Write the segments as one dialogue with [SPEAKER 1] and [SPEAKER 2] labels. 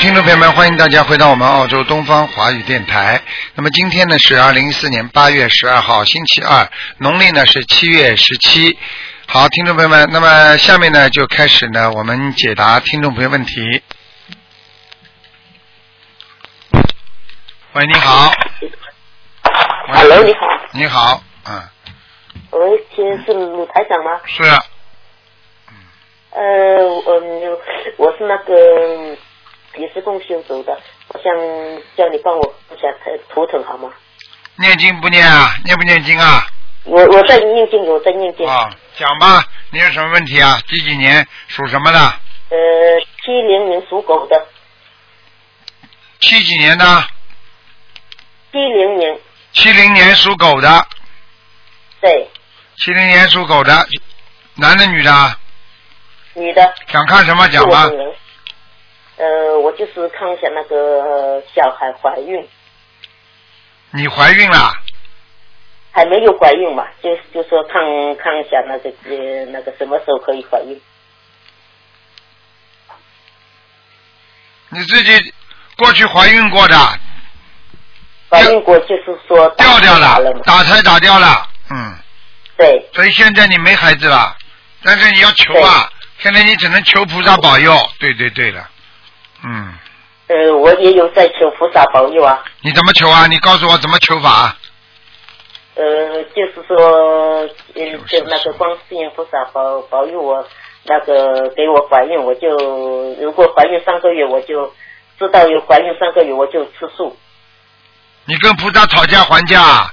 [SPEAKER 1] 众朋友们，欢迎大家回到我们澳洲东方华语电台。那么今天呢是二零一四年八月十二号，星期二，农历呢是七月十七。好，听众朋友们，那么下面呢就开始呢我们解答听众朋友问题。喂，你好。喂
[SPEAKER 2] Hello，你好。
[SPEAKER 1] 你好，嗯，
[SPEAKER 2] 嗯喂，请是鲁台长吗？
[SPEAKER 1] 是啊
[SPEAKER 2] 呃，我嗯，我是那个也是共修组的，我想叫你帮我看一下呃图腾好吗？
[SPEAKER 1] 念经不念啊？念不念经啊？
[SPEAKER 2] 我我在念经，我在念经。
[SPEAKER 1] 啊，讲吧，你有什么问题啊？几几年属什么的？
[SPEAKER 2] 呃，七零年属狗的，
[SPEAKER 1] 七几年的？
[SPEAKER 2] 七零年
[SPEAKER 1] 七零年属狗的，
[SPEAKER 2] 对，
[SPEAKER 1] 七零年属狗的，男的女的啊？
[SPEAKER 2] 女的。
[SPEAKER 1] 想看什么讲吧
[SPEAKER 2] 是我。本人。呃，我就是看一下那个、呃小孩怀孕，
[SPEAKER 1] 你怀孕了？
[SPEAKER 2] 还没有怀孕嘛，就就说看看一下那个呃那个什么时候可以怀孕。
[SPEAKER 1] 你自己过去怀孕过的，
[SPEAKER 2] 怀孕过就是说打
[SPEAKER 1] 掉掉
[SPEAKER 2] 打
[SPEAKER 1] 了
[SPEAKER 2] 了，嘛，
[SPEAKER 1] 打胎打掉了，嗯，
[SPEAKER 2] 对。
[SPEAKER 1] 所以现在你没孩子了，但是你要求啊，现在你只能求菩萨保佑。对对对了，嗯，
[SPEAKER 2] 呃，我也有在求菩萨保佑啊，
[SPEAKER 1] 你怎么求啊？你告诉我怎么求法？啊
[SPEAKER 2] 呃，就是说，嗯，就那个观世音菩萨保保佑我，那个给我怀孕，我就如果怀孕三个月，我就知道有怀孕三个月，我就吃素。
[SPEAKER 1] 你跟菩萨讨价还价，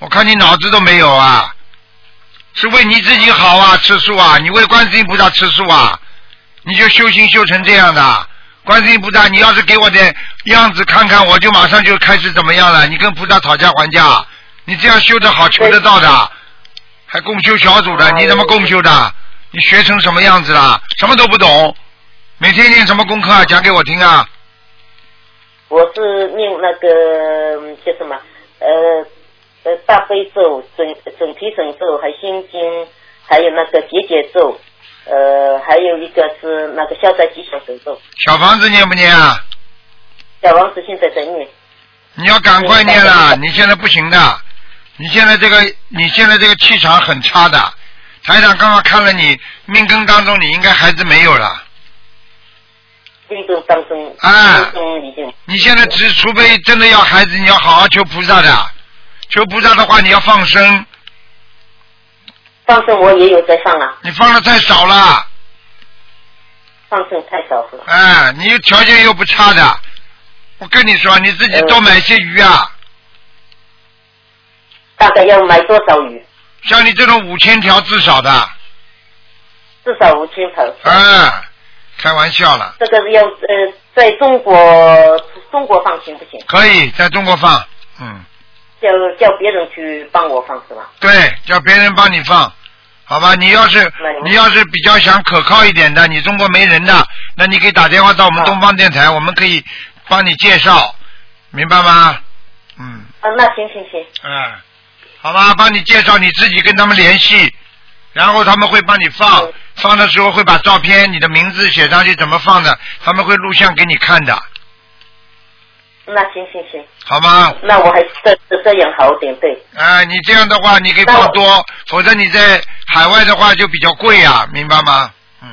[SPEAKER 1] 我看你脑子都没有啊！是为你自己好啊，吃素啊，你为观世音菩萨吃素啊，你就修行修成这样的。观世音菩萨，你要是给我点样子看看，我就马上就开始怎么样了。你跟菩萨讨价还价，你这样修得好，求得到的，还共修小组的，你怎么共修的？你学成什么样子了？什么都不懂，每天念什么功课啊？讲给我听啊！
[SPEAKER 2] 我是念那个嗯叫什么，呃呃大悲咒、准准提神咒、还心经，还有那个结节咒，呃，还有一个是那个消灾吉祥神咒。
[SPEAKER 1] 小房子念不念啊？
[SPEAKER 2] 小王子现在在念。
[SPEAKER 1] 你要赶快念了，你现在不行的，你现在这个你现在这个气场很差的。台长刚刚看了你命根当中，你应该孩子没有了。
[SPEAKER 2] 运动当中，
[SPEAKER 1] 啊
[SPEAKER 2] 运动已经
[SPEAKER 1] 你现在只除非真的要孩子，你要好好求菩萨的。求菩萨的话，你要放生，
[SPEAKER 2] 放生，我也有在放啊，
[SPEAKER 1] 你放的太少了。
[SPEAKER 2] 放生太少了。
[SPEAKER 1] 哎，你条件又不差的，我跟你说，你自己多买些鱼啊，
[SPEAKER 2] 大概要买多少鱼？
[SPEAKER 1] 像你这种五千条至少的。
[SPEAKER 2] 至少五千头。
[SPEAKER 1] 哎，开玩笑了，
[SPEAKER 2] 这个是要呃，在中国中国放行不行？
[SPEAKER 1] 可以在中国放，嗯。
[SPEAKER 2] 叫叫别人去帮我放是吧？
[SPEAKER 1] 对，叫别人帮你放，好吧？你要是
[SPEAKER 2] 那你们
[SPEAKER 1] 你要是比较想可靠一点的，你中国没人的，那你可以打电话到我们
[SPEAKER 2] 啊
[SPEAKER 1] 东方电台，我们可以帮你介绍，明白吗？嗯
[SPEAKER 2] 啊，那行行行，
[SPEAKER 1] 嗯，好吧，帮你介绍，你自己跟他们联系，然后他们会帮你放
[SPEAKER 2] 嗯，
[SPEAKER 1] 放的时候会把照片、你的名字写上去，怎么放的，他们会录像给你看的，
[SPEAKER 2] 那行行行，
[SPEAKER 1] 好吗？
[SPEAKER 2] 那我还是这这样好点对。
[SPEAKER 1] 啊，你这样的话，你可以
[SPEAKER 2] 那
[SPEAKER 1] 放
[SPEAKER 2] 我
[SPEAKER 1] 多，否则你在海外的话就比较贵呀、明白吗？嗯。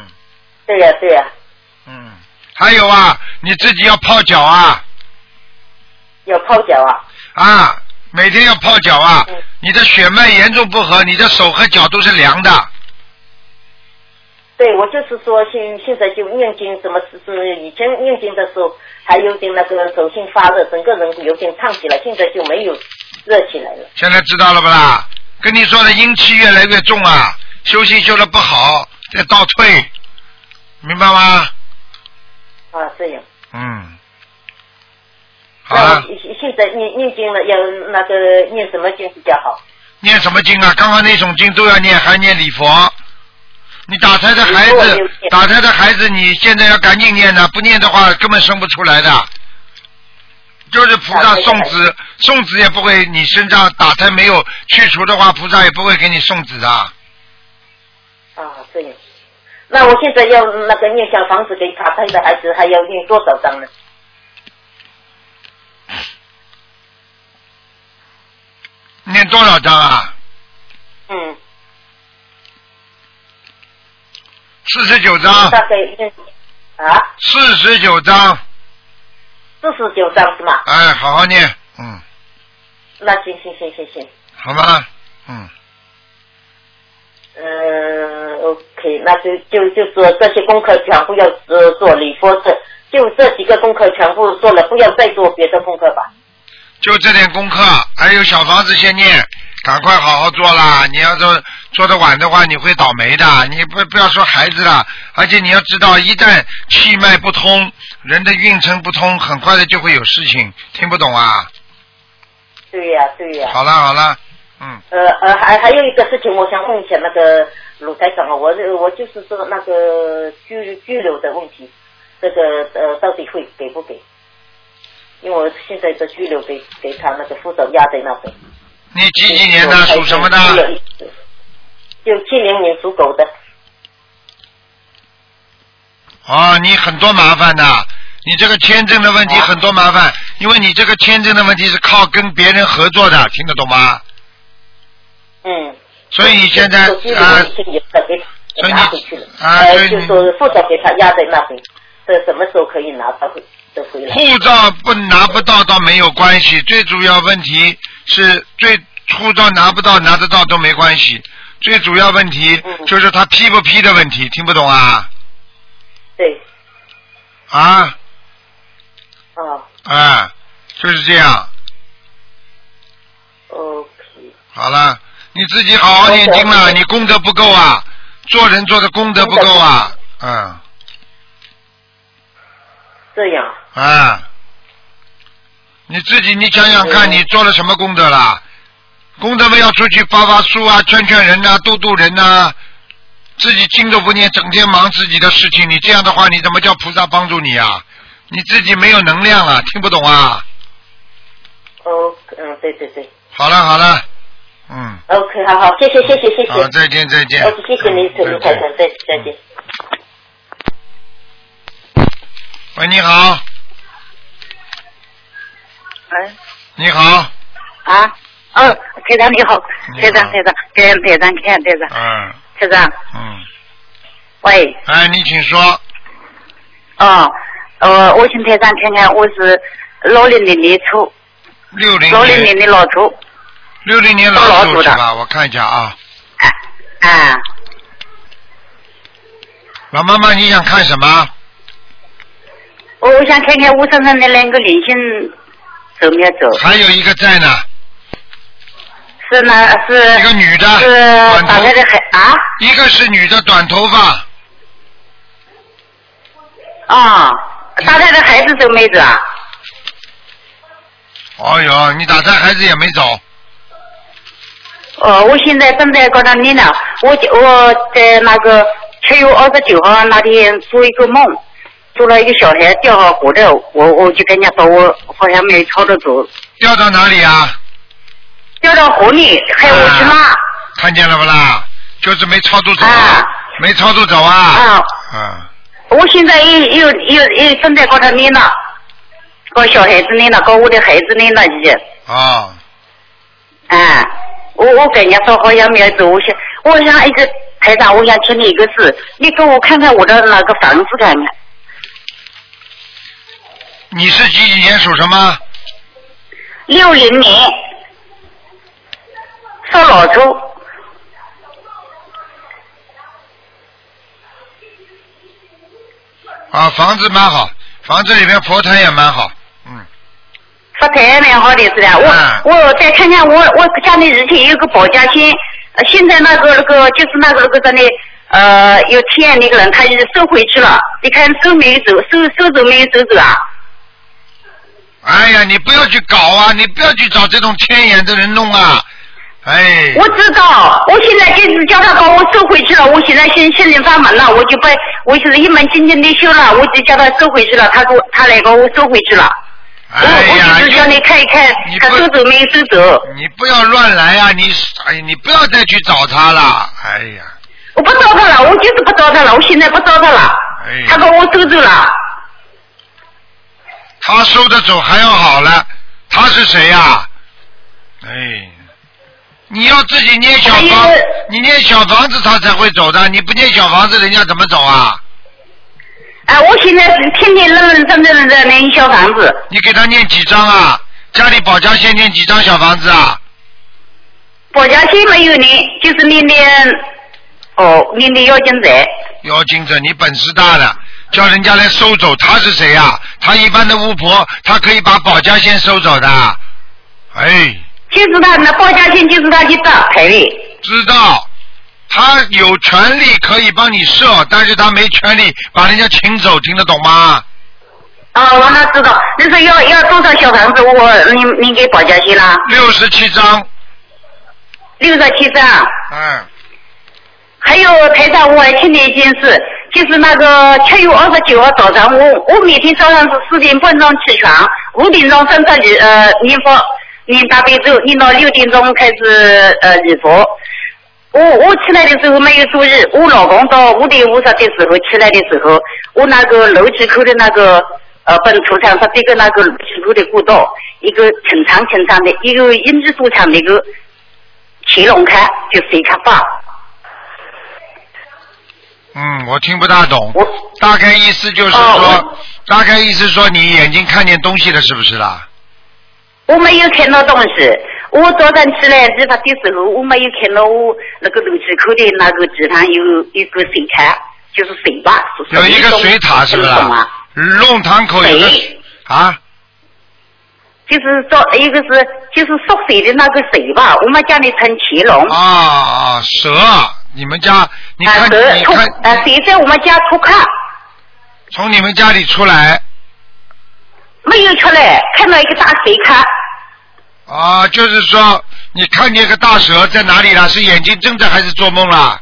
[SPEAKER 2] 对呀、对呀、
[SPEAKER 1] 嗯，还有啊，你自己要泡脚啊
[SPEAKER 2] 要泡脚啊。
[SPEAKER 1] 啊，每天要泡脚啊
[SPEAKER 2] 嗯。
[SPEAKER 1] 你的血脉严重不和，你的手和脚都是凉的。
[SPEAKER 2] 对，我就是说现现在就念经，怎么是是以前念经的时候还有点那个手心发热，整个人有点烫起来，现在就没有热起来了。
[SPEAKER 1] 现在知道了不啦？跟你说的阴气越来越重啊，修行修的不好，在倒退，明白吗？
[SPEAKER 2] 啊，这样。
[SPEAKER 1] 嗯，好
[SPEAKER 2] 那
[SPEAKER 1] 了
[SPEAKER 2] 我，现现在念念经了，要那个念什么经比较好？
[SPEAKER 1] 念什么经啊？刚刚那种经都要念，还念礼佛。你打胎的孩
[SPEAKER 2] 礼佛我没有
[SPEAKER 1] 子
[SPEAKER 2] 念，
[SPEAKER 1] 打胎的孩子，你现在要赶紧念的，不念的话根本生不出来的。就是菩萨
[SPEAKER 2] 打胎的
[SPEAKER 1] 送
[SPEAKER 2] 孩
[SPEAKER 1] 子，送子也不会，你身上打胎没有去除的话，菩萨也不会给你送子的。
[SPEAKER 2] 啊，这样。那我现在要那个念小房子给打胎的孩子，还要念多少章呢？
[SPEAKER 1] 念多少章啊？
[SPEAKER 2] 嗯，
[SPEAKER 1] 四十九章，
[SPEAKER 2] 大概念啊
[SPEAKER 1] 四十九章，
[SPEAKER 2] 四十九章是吗？
[SPEAKER 1] 哎，好好念，嗯，
[SPEAKER 2] 那行行行行行，
[SPEAKER 1] 好吗？嗯，
[SPEAKER 2] 嗯，OK，那就就就说这些功课全部要呃做礼佛是，就这几个功课全部做了，不要再做别的功课吧。
[SPEAKER 1] 就这点功课，还有小房子先念，赶快好好做啦！你要做做的晚的话，你会倒霉的。你不不要说孩子了，而且你要知道，一旦气脉不通，人的运程不通，很快的就会有事情。听不懂啊？
[SPEAKER 2] 对呀、对呀、
[SPEAKER 1] 好了好了，嗯，
[SPEAKER 2] 呃呃，还还有一个事情，我想问一下那个鲁台长啊，我我就是说那个拘拘留的问题，这个呃到底会给不给？因为我现在的拘留给给他那个副手押在那边。
[SPEAKER 1] 你几几年
[SPEAKER 2] 嗯
[SPEAKER 1] 的属什么的？
[SPEAKER 2] 九七零年属狗的。
[SPEAKER 1] 哦，你很多麻烦的，你这个签证的问题
[SPEAKER 2] 啊
[SPEAKER 1] 很多麻烦，因为你这个签证的问题是靠跟别人合作的，听得懂吗？
[SPEAKER 2] 嗯。
[SPEAKER 1] 所以你现在
[SPEAKER 2] 手机里
[SPEAKER 1] 啊
[SPEAKER 2] 面，已经有的给
[SPEAKER 1] 所以
[SPEAKER 2] 给
[SPEAKER 1] 你
[SPEAKER 2] 拿回去了，
[SPEAKER 1] 啊所
[SPEAKER 2] 呃，
[SPEAKER 1] 以
[SPEAKER 2] 就
[SPEAKER 1] 你
[SPEAKER 2] 说副手给他压在那边，这什么时候可以拿他回得回来？
[SPEAKER 1] 护照不拿不到倒没有关系，最主要问题是最护照拿不到拿得到都没关系，最主要问题
[SPEAKER 2] 嗯
[SPEAKER 1] 就是他批不批的问题，听不懂啊
[SPEAKER 2] 对，
[SPEAKER 1] 啊
[SPEAKER 2] 啊
[SPEAKER 1] 啊，就是这样，
[SPEAKER 2] ，OK，
[SPEAKER 1] 好了，你自己好好念经了，
[SPEAKER 2] 我懂
[SPEAKER 1] 你功德不够啊，做人做的功德不够啊，嗯
[SPEAKER 2] 这样，
[SPEAKER 1] 啊，你自己你想想看，
[SPEAKER 2] 嗯
[SPEAKER 1] 你做了什么功德啦？功德们要出去发发书啊，劝劝人呐、度度人呐、自己经都不念，整天忙自己的事情，你这样的话，你怎么叫菩萨帮助你啊？你自己没有能量啊，听不懂啊？
[SPEAKER 2] 哦，嗯，对对对
[SPEAKER 1] 好了好了，嗯，
[SPEAKER 2] ，OK，好好，谢谢谢谢谢谢
[SPEAKER 1] 好，再见再见。
[SPEAKER 2] ，OK，谢谢您，
[SPEAKER 1] 嗯
[SPEAKER 2] 卢台长，再再见。
[SPEAKER 1] 喂，你好，
[SPEAKER 3] 哎
[SPEAKER 1] 你好，
[SPEAKER 3] 啊，哦，台长你好，
[SPEAKER 1] 你好
[SPEAKER 3] 台长台长，台台长看台长
[SPEAKER 1] 嗯
[SPEAKER 3] 台长，
[SPEAKER 1] 嗯，
[SPEAKER 3] 喂，
[SPEAKER 1] 哎，你请说，
[SPEAKER 3] 哦，呃，我请台长看看，我是六零年年初，
[SPEAKER 1] 六零
[SPEAKER 3] 六零年
[SPEAKER 1] 年
[SPEAKER 3] 的老头，
[SPEAKER 1] 六零年
[SPEAKER 3] 属
[SPEAKER 1] 老
[SPEAKER 3] 老
[SPEAKER 1] 鼠
[SPEAKER 3] 鼠
[SPEAKER 1] 是
[SPEAKER 3] 的
[SPEAKER 1] 吧？我看一下啊，
[SPEAKER 3] 啊啊，
[SPEAKER 1] 老妈妈，你想看什么？
[SPEAKER 3] 我我想看看我身上的那个灵性走没有走，
[SPEAKER 1] 还有一个在呢，
[SPEAKER 3] 是呢是
[SPEAKER 1] 一个女的，
[SPEAKER 3] 是
[SPEAKER 1] 短
[SPEAKER 3] 呃打
[SPEAKER 1] 头
[SPEAKER 3] 开，的孩啊
[SPEAKER 1] 一个是女的，短头发，
[SPEAKER 3] 啊，打胎的孩子走没走啊？
[SPEAKER 1] 哦呦，你打胎孩子也没走，
[SPEAKER 3] 哦，我现在正在搞他念呢，我就我在那个七月二十九号那天做一个梦，做了一个小孩掉下河的，我我就跟人家说我好像没操得住，
[SPEAKER 1] 掉到哪里啊？
[SPEAKER 3] 掉到河里，害我去拉。
[SPEAKER 1] 看见了不啦？就是没超度走，
[SPEAKER 3] 啊
[SPEAKER 1] 没超度走啊。
[SPEAKER 3] 啊
[SPEAKER 1] 嗯，
[SPEAKER 3] 我现在又又又又正在搞他念呢，搞小孩子念呢，搞我的孩子念呢已经。
[SPEAKER 1] 哦，
[SPEAKER 3] 啊，我我跟人家说好像没有走，我想我想一个台长，我想请你一个事，你给我看看我的那个房子看看。
[SPEAKER 1] 你是几几年属什么？
[SPEAKER 3] 六零年，上老周，
[SPEAKER 1] 啊，房子蛮好，房子里面佛台也蛮好，嗯，
[SPEAKER 3] 发财蛮好的是的。
[SPEAKER 1] 嗯
[SPEAKER 3] 我我再看看我我家里以前有个保家仙，呃现在那个那个就是那个那个在那呃有欠那个人，他已经收回去了。你看收没有走，收收走没有走走啊？
[SPEAKER 1] 哎呀，你不要去搞啊，你不要去找这种天眼的人弄啊，哎，
[SPEAKER 3] 我知道，我现在就是叫他把我收回去了。我现在心心灵法门了，我就把我现在一门精进的修了，我就叫他收回去了。他给我他来给我收回去了。
[SPEAKER 1] 哎
[SPEAKER 3] 我
[SPEAKER 1] 呀，
[SPEAKER 3] 我就是叫你看一看
[SPEAKER 1] 你，
[SPEAKER 3] 他
[SPEAKER 1] 不嗯
[SPEAKER 3] 收走没有收走。
[SPEAKER 1] 你不要乱来啊！你哎，你不要再去找他了。哎呀，
[SPEAKER 3] 我不找他了，我就是不找他了，我现在不找他了
[SPEAKER 1] 哎，
[SPEAKER 3] 他把我收走了。
[SPEAKER 1] 他收的走还要好了，他是谁呀、哎，你要自己念小房
[SPEAKER 3] 我也，
[SPEAKER 1] 你念小房子他才会走的，你不念小房子人家怎么走啊？
[SPEAKER 3] 啊，我现在是天天认认真真的那一小房子，
[SPEAKER 1] 你给他念几张啊？家里保家先念几张小房子啊？
[SPEAKER 3] 保家仙没有呢，就是念念哦，念念妖精者。
[SPEAKER 1] 妖精者，你本事大的，叫人家来收走，他是谁啊？他一般的巫婆，他可以把保家仙收走的。哎，
[SPEAKER 3] 就是他那保家仙，就是他去找牌位。
[SPEAKER 1] 知道，他有权利可以帮你设，但是他没权利把人家请走，听得懂吗？
[SPEAKER 3] 啊，我哪知道？你说要要多少小房子？我你你给保家仙啦，
[SPEAKER 1] 六十七张，
[SPEAKER 3] 六十七张。
[SPEAKER 1] 嗯，
[SPEAKER 3] 还有台长，我还听了一件事，就是那个七月二十九号早上，我我每天早上是四点半钟起床，五点钟上课礼呃念佛念大悲咒，念到六点钟开始呃礼佛。我我起来的时候没有注意，我老公到五点五十的时候起来的时候，我那个楼梯口的那个呃奔出场，它这个那个楼梯口的过道，一个挺长挺长的，一个一米多长的一个乾隆开，就是一开坝。
[SPEAKER 1] 嗯，我听不大懂，
[SPEAKER 3] 我
[SPEAKER 1] 大概意思就是
[SPEAKER 3] 哦
[SPEAKER 1] 说，大概意思说你眼睛看见东西了，是不是啦？
[SPEAKER 3] 我没有看到东西。我早上起来理发的时候，我没有看到我那个楼梯口的那个地上有一个水潭，就是水坝，是
[SPEAKER 1] 有一个水塔，是不是
[SPEAKER 3] 什么
[SPEAKER 1] 啦？弄堂口有个
[SPEAKER 3] 水
[SPEAKER 1] 啊，
[SPEAKER 3] 就是说一个是就是缩水的那个水坝，我们家里称乾隆。
[SPEAKER 1] 啊啊蛇，你们家你
[SPEAKER 3] 啊
[SPEAKER 1] 看
[SPEAKER 3] 蛇
[SPEAKER 1] 你
[SPEAKER 3] 出
[SPEAKER 1] 看
[SPEAKER 3] 啊，水在我们家出看，
[SPEAKER 1] 从你们家里出来
[SPEAKER 3] 没有出来，看到一个大水坑，
[SPEAKER 1] 啊，就是说你看见个大蛇在哪里啦？是眼睛睁着还是做梦啦？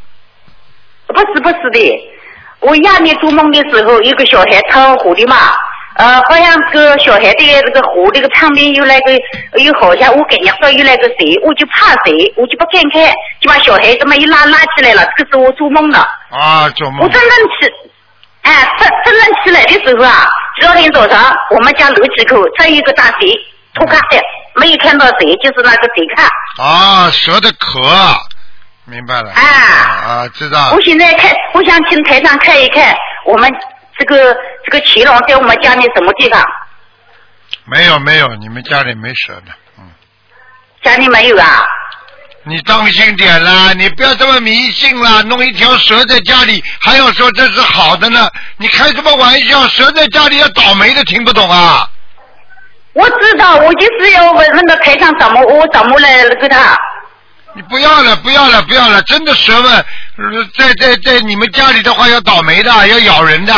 [SPEAKER 3] 不是不是的，我夜里做梦的时候，有个小孩跳河的嘛，呃，好像个小孩的那个河那个旁边有那个，有好像我感觉到有那个谁，我就怕谁，我就不敢看，就把小孩这么一拉拉起来了，这个时候我做梦了，
[SPEAKER 1] 啊，做
[SPEAKER 3] 我
[SPEAKER 1] 梦
[SPEAKER 3] 真正起，哎，真真正起来的时候啊，第二天早上我们家楼梯口这有一个大水，脱开的，没有看到谁，就是那个谁看，
[SPEAKER 1] 啊，蛇的壳，明白了
[SPEAKER 3] 啊。
[SPEAKER 1] 啊，知道了
[SPEAKER 3] 我现在看，我想请台上看一看我们这个这个乾隆在我们家里什么地方？
[SPEAKER 1] 没有没有，你们家里没蛇的，嗯。
[SPEAKER 3] 家里没有啊？
[SPEAKER 1] 你当心点啦，你不要这么迷信啦，弄一条蛇在家里，还要说这是好的呢？你开什么玩笑？蛇在家里要倒霉的，听不懂啊？
[SPEAKER 3] 我知道，我就是要问问到台上怎么我怎么来那个他。
[SPEAKER 1] 你不要了，不要了，不要了！真的蛇们，呃在在在你们家里的话要倒霉的，要咬人的，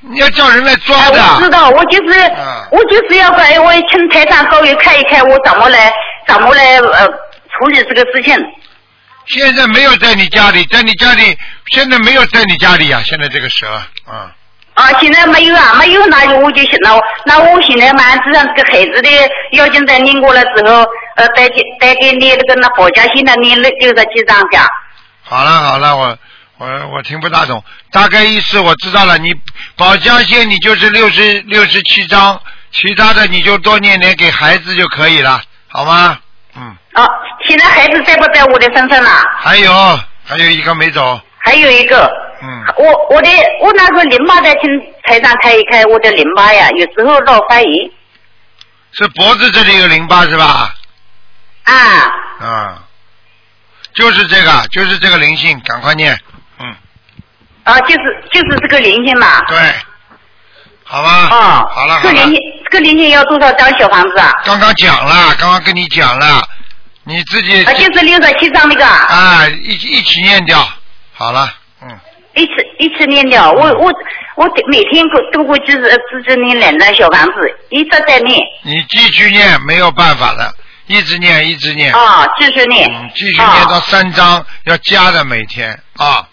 [SPEAKER 1] 你要叫人来抓
[SPEAKER 3] 哎，我知
[SPEAKER 1] 的。
[SPEAKER 3] 道，我就是、
[SPEAKER 1] 嗯
[SPEAKER 3] 我就是要哎，我请台上稍微看一看我怎么来怎么来呃处理这个事情。
[SPEAKER 1] 现在没有在你家里，在你家里，现在没有在你家里啊！现在这个蛇，啊、
[SPEAKER 3] 啊，现在没有啊，没有，那就我就行了。那我现在满子上这个孩子的妖精在念过了之后，呃，再给再给你那个那保家仙呢，念了六十几张讲。
[SPEAKER 1] 好了好了，我我我听不大懂，大概意思我知道了。你保家仙你就是六十六十七章，其他的你就多念点给孩子就可以了，好吗？嗯，
[SPEAKER 3] 啊，现在孩子在不在我的身上啊啦？
[SPEAKER 1] 还有还有一个没走，
[SPEAKER 3] 还有一个，
[SPEAKER 1] 嗯
[SPEAKER 3] 我我的我那个淋巴在请台上看一看我的淋巴呀，有时候老发炎
[SPEAKER 1] 是脖子这里有淋巴是吧？
[SPEAKER 3] 啊。
[SPEAKER 1] 啊、就是这个，就是这个灵性，赶快念，嗯，
[SPEAKER 3] 啊，就是就是这个灵性嘛。
[SPEAKER 1] 对，好吧，
[SPEAKER 3] 啊，
[SPEAKER 1] 好了
[SPEAKER 3] 这
[SPEAKER 1] 好
[SPEAKER 3] 个灵
[SPEAKER 1] 了
[SPEAKER 3] 性，，这个灵性要多少张小房子啊？
[SPEAKER 1] 刚刚讲了，刚刚跟你讲了，你自己
[SPEAKER 3] 啊，就是六十七张那个啊。
[SPEAKER 1] 啊，一起一起念掉，好了，嗯，
[SPEAKER 3] 一次一次念了，我我我每天都过就是只只念两张小房子，一直在念
[SPEAKER 1] 你继续念，没有办法了，一直念，一直念，
[SPEAKER 3] 啊、继续念
[SPEAKER 1] 嗯，继续念到
[SPEAKER 3] 哦
[SPEAKER 1] 三章，要加的每天啊，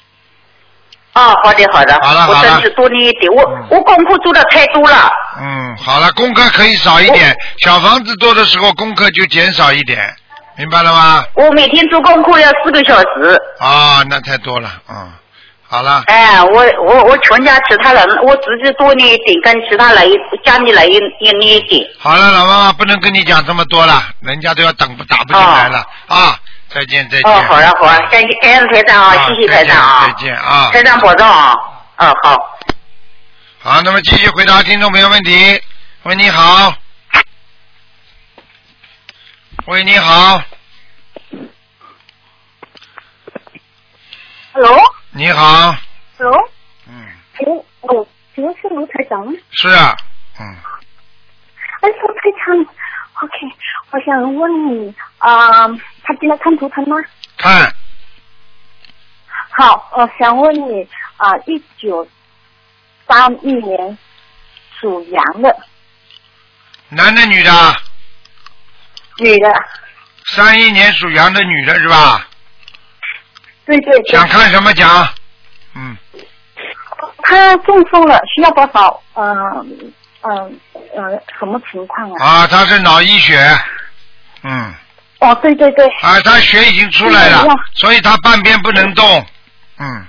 [SPEAKER 3] 哦，好的好的，
[SPEAKER 1] 好了好
[SPEAKER 3] 我
[SPEAKER 1] 了
[SPEAKER 3] 争取多念一点，我、
[SPEAKER 1] 嗯
[SPEAKER 3] 我功课做的太多了，
[SPEAKER 1] 嗯，好了，功课可以少一
[SPEAKER 3] 哦
[SPEAKER 1] 点，小房子多的时候功课就减少一点，明白了吗？
[SPEAKER 3] 我每天做功课要四个小时，
[SPEAKER 1] 啊，那太多了，嗯，好了，
[SPEAKER 3] 哎，我我我全家其他人，我自己多念一点，跟其他人家里人也也念一点，
[SPEAKER 1] 好了，老妈妈不能跟你讲这么多了，人家都要等不打不进来了啊，再见再见。
[SPEAKER 3] 哦，好了好了，感谢感谢台长啊，谢谢台长啊，
[SPEAKER 1] 再见再见啊
[SPEAKER 3] 台长保重啊，啊好，
[SPEAKER 1] 好，那么继续回答听众朋友问题。喂，你好。喂，你好，
[SPEAKER 4] Hello，Hello，
[SPEAKER 1] 你好，嗯，
[SPEAKER 5] 哎
[SPEAKER 4] 请哦，请问是卢台长吗？
[SPEAKER 1] 是啊，嗯，
[SPEAKER 4] 哎，卢台长，OK，我想问你啊、他进来看图腾吗？
[SPEAKER 1] 看
[SPEAKER 4] 好，我想问你啊，一九八一年属羊的
[SPEAKER 1] 男的女的，
[SPEAKER 4] 女的，
[SPEAKER 1] 三一年属羊的女的是吧？
[SPEAKER 4] 对对对
[SPEAKER 1] 想，看什么讲？嗯，
[SPEAKER 4] 她中风了，需要多少？嗯嗯嗯，什么情况啊？
[SPEAKER 1] 啊，他是脑溢血，嗯，
[SPEAKER 4] 哦，对对对，
[SPEAKER 1] 啊，他血已经出来了
[SPEAKER 4] 哎呀，
[SPEAKER 1] 所以他半边不能动，嗯。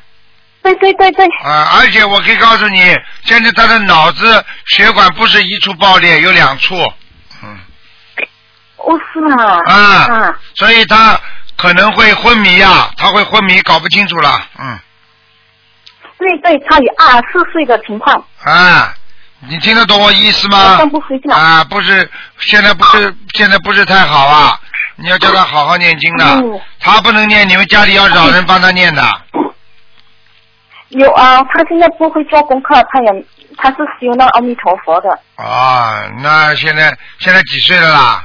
[SPEAKER 4] 对对对对，
[SPEAKER 1] 啊，而且我可以告诉你，现在他的脑子血管不是一处爆裂，有两处。嗯。
[SPEAKER 4] 哦是啊，
[SPEAKER 1] 啊
[SPEAKER 4] 啊，
[SPEAKER 1] 所以他可能会昏迷呀、他会昏迷，搞不清楚了。嗯。
[SPEAKER 4] 对对，她有二十四岁的情况，
[SPEAKER 1] 啊，你听得懂我意思
[SPEAKER 4] 晚
[SPEAKER 1] 吗
[SPEAKER 4] 上？不睡觉。
[SPEAKER 1] 啊，不是，现在不是，现在不是太好啊。你要叫他好好念经的
[SPEAKER 4] 嗯，
[SPEAKER 1] 他不能念，你们家里要找人帮他念的。
[SPEAKER 4] 有啊，他现在不会做功课，他也他是修那阿弥陀佛的
[SPEAKER 1] 啊，那现在现在几岁了啦？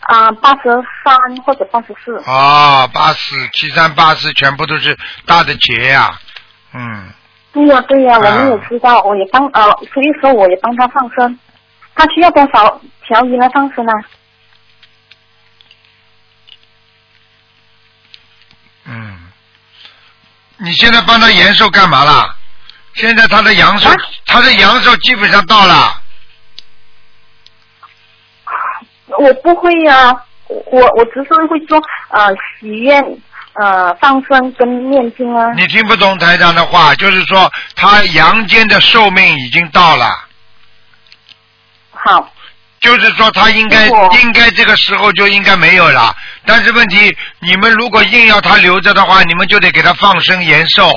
[SPEAKER 4] 啊，八十三或者八十四。
[SPEAKER 1] 哦，八四七三八四全部都是大的劫呀、嗯，
[SPEAKER 4] 对呀、对呀、
[SPEAKER 1] 啊
[SPEAKER 4] 我们也知道，我也帮呃，所以说我也帮他放生。他需要多少条鱼来放生呢？
[SPEAKER 1] 嗯，你现在帮他延寿干嘛啦？现在他的阳寿，
[SPEAKER 4] 啊
[SPEAKER 1] 他的阳寿基本上到了。
[SPEAKER 4] 我不会呀、我我只是会说呃许愿呃放生跟念经 啊。
[SPEAKER 1] 你听不懂台长的话，就是说他阳间的寿命已经到了，
[SPEAKER 4] 好，
[SPEAKER 1] 就是说他应该
[SPEAKER 4] 如果
[SPEAKER 1] 应该这个时候就应该没有了。但是问题，你们如果硬要他留着的话，你们就得给他放生延寿。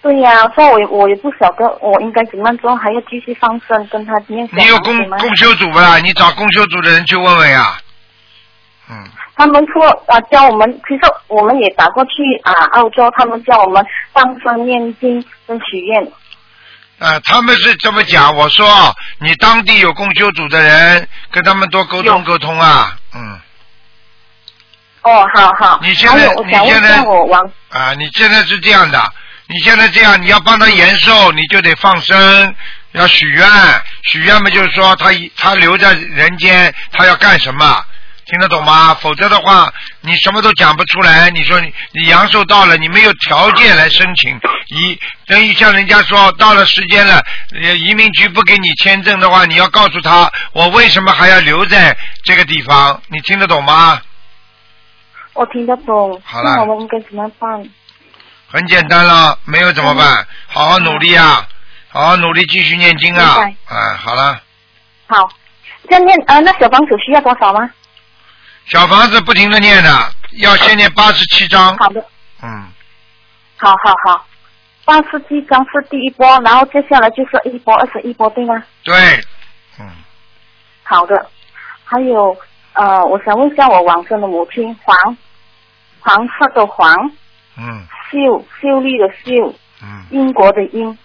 [SPEAKER 4] 对呀、所以我也我也不晓得我应该怎么做，还要继续放生跟他念小
[SPEAKER 1] 你有
[SPEAKER 4] 房子
[SPEAKER 1] 供
[SPEAKER 4] 吗
[SPEAKER 1] 供修组不啦？你找供修组的人去问问呀。嗯，
[SPEAKER 4] 他们说啊，教我们，其实我们也打过去啊，澳洲他们教我们放生、念经跟许愿。
[SPEAKER 1] 啊，他们是这么讲，我说你当地有供修组的人，跟他们多沟通
[SPEAKER 4] 有
[SPEAKER 1] 沟通啊。嗯，
[SPEAKER 4] 哦，好好。
[SPEAKER 1] 你现在
[SPEAKER 4] 还有，我想
[SPEAKER 1] 你
[SPEAKER 4] 问
[SPEAKER 1] 现
[SPEAKER 4] 一
[SPEAKER 1] 在
[SPEAKER 4] 下我王，
[SPEAKER 1] 啊，你现在是这样的，你现在这样，你要帮他延寿，你就得放生，要许愿，许愿嘛就是说他一他留在人间，他要干什么？听得懂吗？否则的话，你什么都讲不出来。你说你你阳寿到了，你没有条件来申请，你等于像人家说到了时间了，呃移民局不给你签证的话，你要告诉他我为什么还要留在这个地方？你听得懂吗？
[SPEAKER 4] 我听得懂。
[SPEAKER 1] 好了
[SPEAKER 4] 那我们应该怎么办？
[SPEAKER 1] 很简单了，没有怎么
[SPEAKER 4] 嗯
[SPEAKER 1] 办？好好努力啊，好好努力继续念经啊
[SPEAKER 4] 明！
[SPEAKER 1] 啊，好了，
[SPEAKER 4] 好，这样念呃，那小房子需要多少吗？
[SPEAKER 1] 小房子不停的念的，要先念八十七章。
[SPEAKER 4] 好的，
[SPEAKER 1] 嗯，
[SPEAKER 4] 好好好。八十七张是第一波，然后接下来就是一波、二十一波，对吗？
[SPEAKER 1] 对，嗯，
[SPEAKER 4] 好的。还有呃，我想问一下我往生的母亲黄，黄色的黄，
[SPEAKER 1] 嗯，
[SPEAKER 4] 秀秀丽的秀，
[SPEAKER 1] 嗯，
[SPEAKER 4] 英国的英。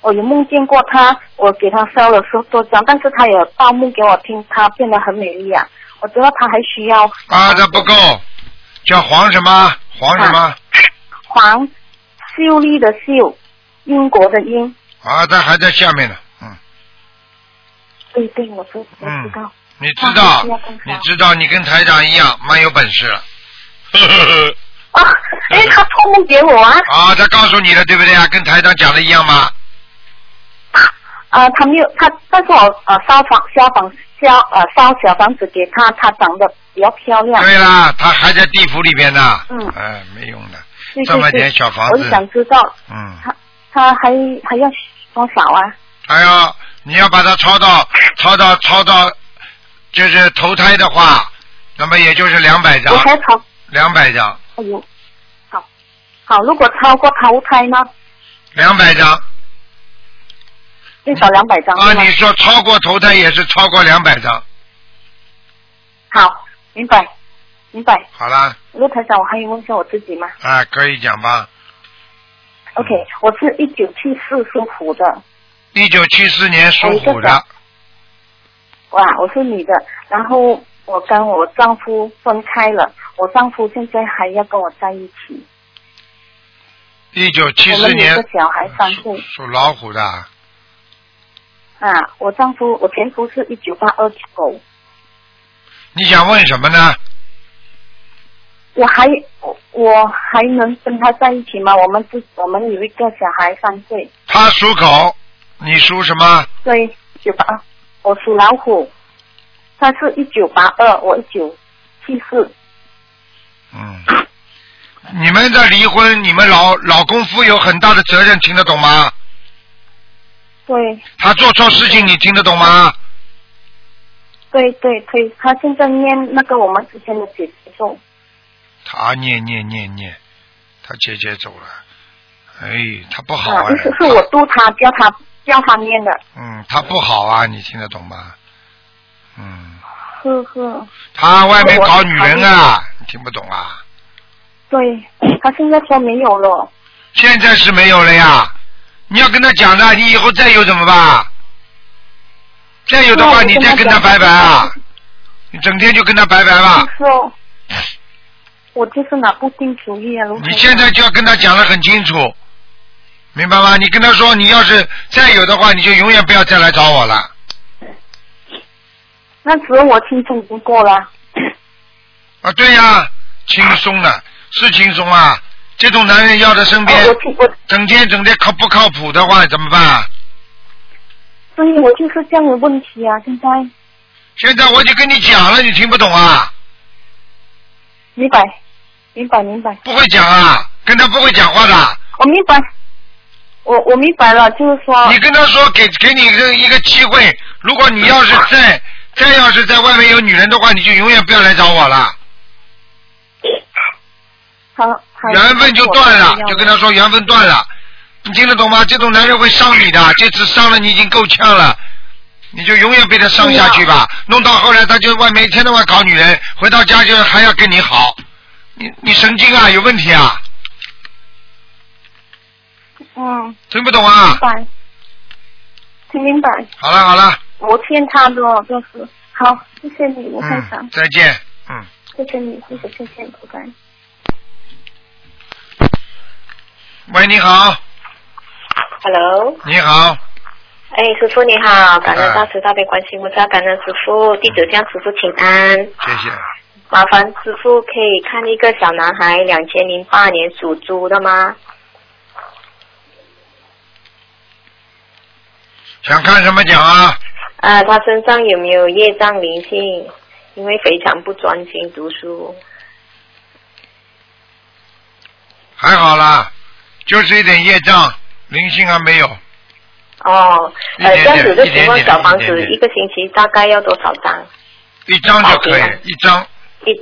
[SPEAKER 4] 我有梦见过她，我给她烧了十多张，但是她也报梦给我听，她变得很美丽啊。我觉得她还需要
[SPEAKER 1] 八的不够，叫黄什么？黄什
[SPEAKER 4] 啊
[SPEAKER 1] 么？
[SPEAKER 4] 黄秀丽的秀，英国的英。
[SPEAKER 1] 啊，他还在下面呢。嗯，
[SPEAKER 4] 对对，我知我知道。
[SPEAKER 1] 你知道
[SPEAKER 4] 黄是要更少，
[SPEAKER 1] 你知道，你跟台长一样，蛮有本事。呵呵呵。
[SPEAKER 4] 啊，因为她托梦给我啊，
[SPEAKER 1] 啊，他告诉你了，对不对啊？跟台长讲的一样吗？
[SPEAKER 4] 啊，她没有她，但是我呃烧房烧房烧呃烧小房子给她，她长得比较漂亮。
[SPEAKER 1] 对啦，他还在地府里边呢。
[SPEAKER 4] 嗯
[SPEAKER 1] 哎，没用的，
[SPEAKER 4] 对
[SPEAKER 1] 这么
[SPEAKER 4] 对
[SPEAKER 1] 点
[SPEAKER 4] 对，
[SPEAKER 1] 小房
[SPEAKER 4] 我
[SPEAKER 1] 子
[SPEAKER 4] 就想知道
[SPEAKER 1] 嗯，
[SPEAKER 4] 他他还还要多少啊？
[SPEAKER 1] 哎还要你要把它抄到抄到抄到就是投胎的话，那么也就是两百
[SPEAKER 4] 我
[SPEAKER 1] 张，
[SPEAKER 4] 还超，
[SPEAKER 1] 两百张，
[SPEAKER 4] 哎呦，好，好，如果超过投胎呢，
[SPEAKER 1] 两百张
[SPEAKER 4] 最少两百张。
[SPEAKER 1] 啊！
[SPEAKER 4] 是吗
[SPEAKER 1] 你说超过投胎也是超过两百张，
[SPEAKER 4] 好，明白，明白。
[SPEAKER 1] 好啦，
[SPEAKER 4] 卢台长，我还有问一下我自己吗
[SPEAKER 1] 啊，可以讲吧。
[SPEAKER 4] ？OK，我是一九七四属虎的，
[SPEAKER 1] 一九七四年属虎的，
[SPEAKER 4] 哇，我是女的，然后我跟我丈夫分开了，我丈夫现在还要跟我在一起，
[SPEAKER 1] 一九七
[SPEAKER 4] 我
[SPEAKER 1] 四
[SPEAKER 4] 们
[SPEAKER 1] 年
[SPEAKER 4] 有个小孩三
[SPEAKER 1] 属
[SPEAKER 4] 岁
[SPEAKER 1] 属老虎的，
[SPEAKER 4] 啊，我丈夫我前夫是一九八二狗，
[SPEAKER 1] 你想问什么呢？
[SPEAKER 4] 我还我我还能跟他在一起吗？我们自我们有一个小孩三岁，
[SPEAKER 1] 他属狗，你属什么？
[SPEAKER 4] 对，一九八二，我属老虎，他是一九八二，我一九七四，
[SPEAKER 1] 嗯，你们的离婚，你们老老公夫有很大的责任，听得懂吗？
[SPEAKER 4] 对
[SPEAKER 1] 他做错事情，你听得懂吗？
[SPEAKER 4] 对对对，他现在念那个我们之前的解决咒，
[SPEAKER 1] 他念念念念，他姐姐走了，哎，他不好
[SPEAKER 4] 啊，
[SPEAKER 1] 啊
[SPEAKER 4] 意， 思是我督他教他教他念的。
[SPEAKER 1] 嗯，他不好啊，你听得懂吗？嗯，
[SPEAKER 4] 呵呵，
[SPEAKER 1] 他外面搞女人啊，你听不懂啊？
[SPEAKER 4] 对他现在说没有了，
[SPEAKER 1] 现在是没有了呀，你要跟他讲的，你以后再有怎么办？再有的话，
[SPEAKER 4] 那我
[SPEAKER 1] 你
[SPEAKER 4] 跟他
[SPEAKER 1] 再跟他
[SPEAKER 4] 讲
[SPEAKER 1] 拜拜啊！你整天就跟他拜拜吧。
[SPEAKER 4] 就是哦，我就是拿不定主意啊。卢台
[SPEAKER 1] 你
[SPEAKER 4] 长
[SPEAKER 1] 现在就要跟他讲的很清楚，明白吗？你跟他说，你要是再有的话，你就永远不要再来找我了。
[SPEAKER 4] 那时候我青春已经过了，
[SPEAKER 1] 啊，对呀、轻松的，是轻松啊。这种男人要在身边
[SPEAKER 4] 哦、我，听我
[SPEAKER 1] 整天整天靠不靠谱的话怎么办？
[SPEAKER 4] 所以我就是这样的问题啊。现在
[SPEAKER 1] 现在我就跟你讲了，你听不懂啊？
[SPEAKER 4] 明白，明白，明白，
[SPEAKER 1] 不会讲啊？跟他不会讲话的，
[SPEAKER 4] 我明白，我我明白了，就是说，
[SPEAKER 1] 你跟他说给给你一个一个机会，如果你要是
[SPEAKER 4] 啊
[SPEAKER 1] 再再要是在外面有女人的话，你就永远不要来找我了。
[SPEAKER 4] 他他
[SPEAKER 1] 缘分就断了，就跟
[SPEAKER 4] 他
[SPEAKER 1] 他说缘分断
[SPEAKER 6] 嗯
[SPEAKER 1] 了，你听得懂吗？这种男人会伤你的，这次伤了你已经够呛了，你就永远被他伤下去吧。弄到后来他就外面一天到晚搞女人，回到家就还要跟你好，你你神经啊，有问题啊，
[SPEAKER 4] 嗯，明
[SPEAKER 1] 听不懂啊？
[SPEAKER 4] 白，听明白，
[SPEAKER 1] 好了好了，
[SPEAKER 4] 我欠他的哦就是好，谢谢你，卢台长
[SPEAKER 1] 嗯，。再见，嗯。
[SPEAKER 4] 谢谢你，谢谢，谢谢，拜拜。
[SPEAKER 1] 喂，你好，
[SPEAKER 6] Hello，
[SPEAKER 1] 你好，
[SPEAKER 6] 哎，师傅你好，感
[SPEAKER 1] 哎
[SPEAKER 6] 恩大慈大悲观世音菩萨，感恩师傅，弟子向师傅请安。
[SPEAKER 1] 谢谢。
[SPEAKER 6] 麻烦师傅可以看一个小男孩，两千零八年属猪的吗？
[SPEAKER 1] 想看什么讲啊？
[SPEAKER 6] 呃，他身上有没有业障灵性？因为非常不专心读书。
[SPEAKER 1] 还好啦，就是一点业障，灵性还没有。
[SPEAKER 6] 哦，呃，
[SPEAKER 1] 一点点
[SPEAKER 6] 这样子的情况，
[SPEAKER 1] 一点点
[SPEAKER 6] 小房
[SPEAKER 1] 一点
[SPEAKER 6] 子
[SPEAKER 1] 点
[SPEAKER 6] 一个星期大概要多少张？
[SPEAKER 1] 一张就可以
[SPEAKER 6] 好的，
[SPEAKER 1] 一张。
[SPEAKER 6] 一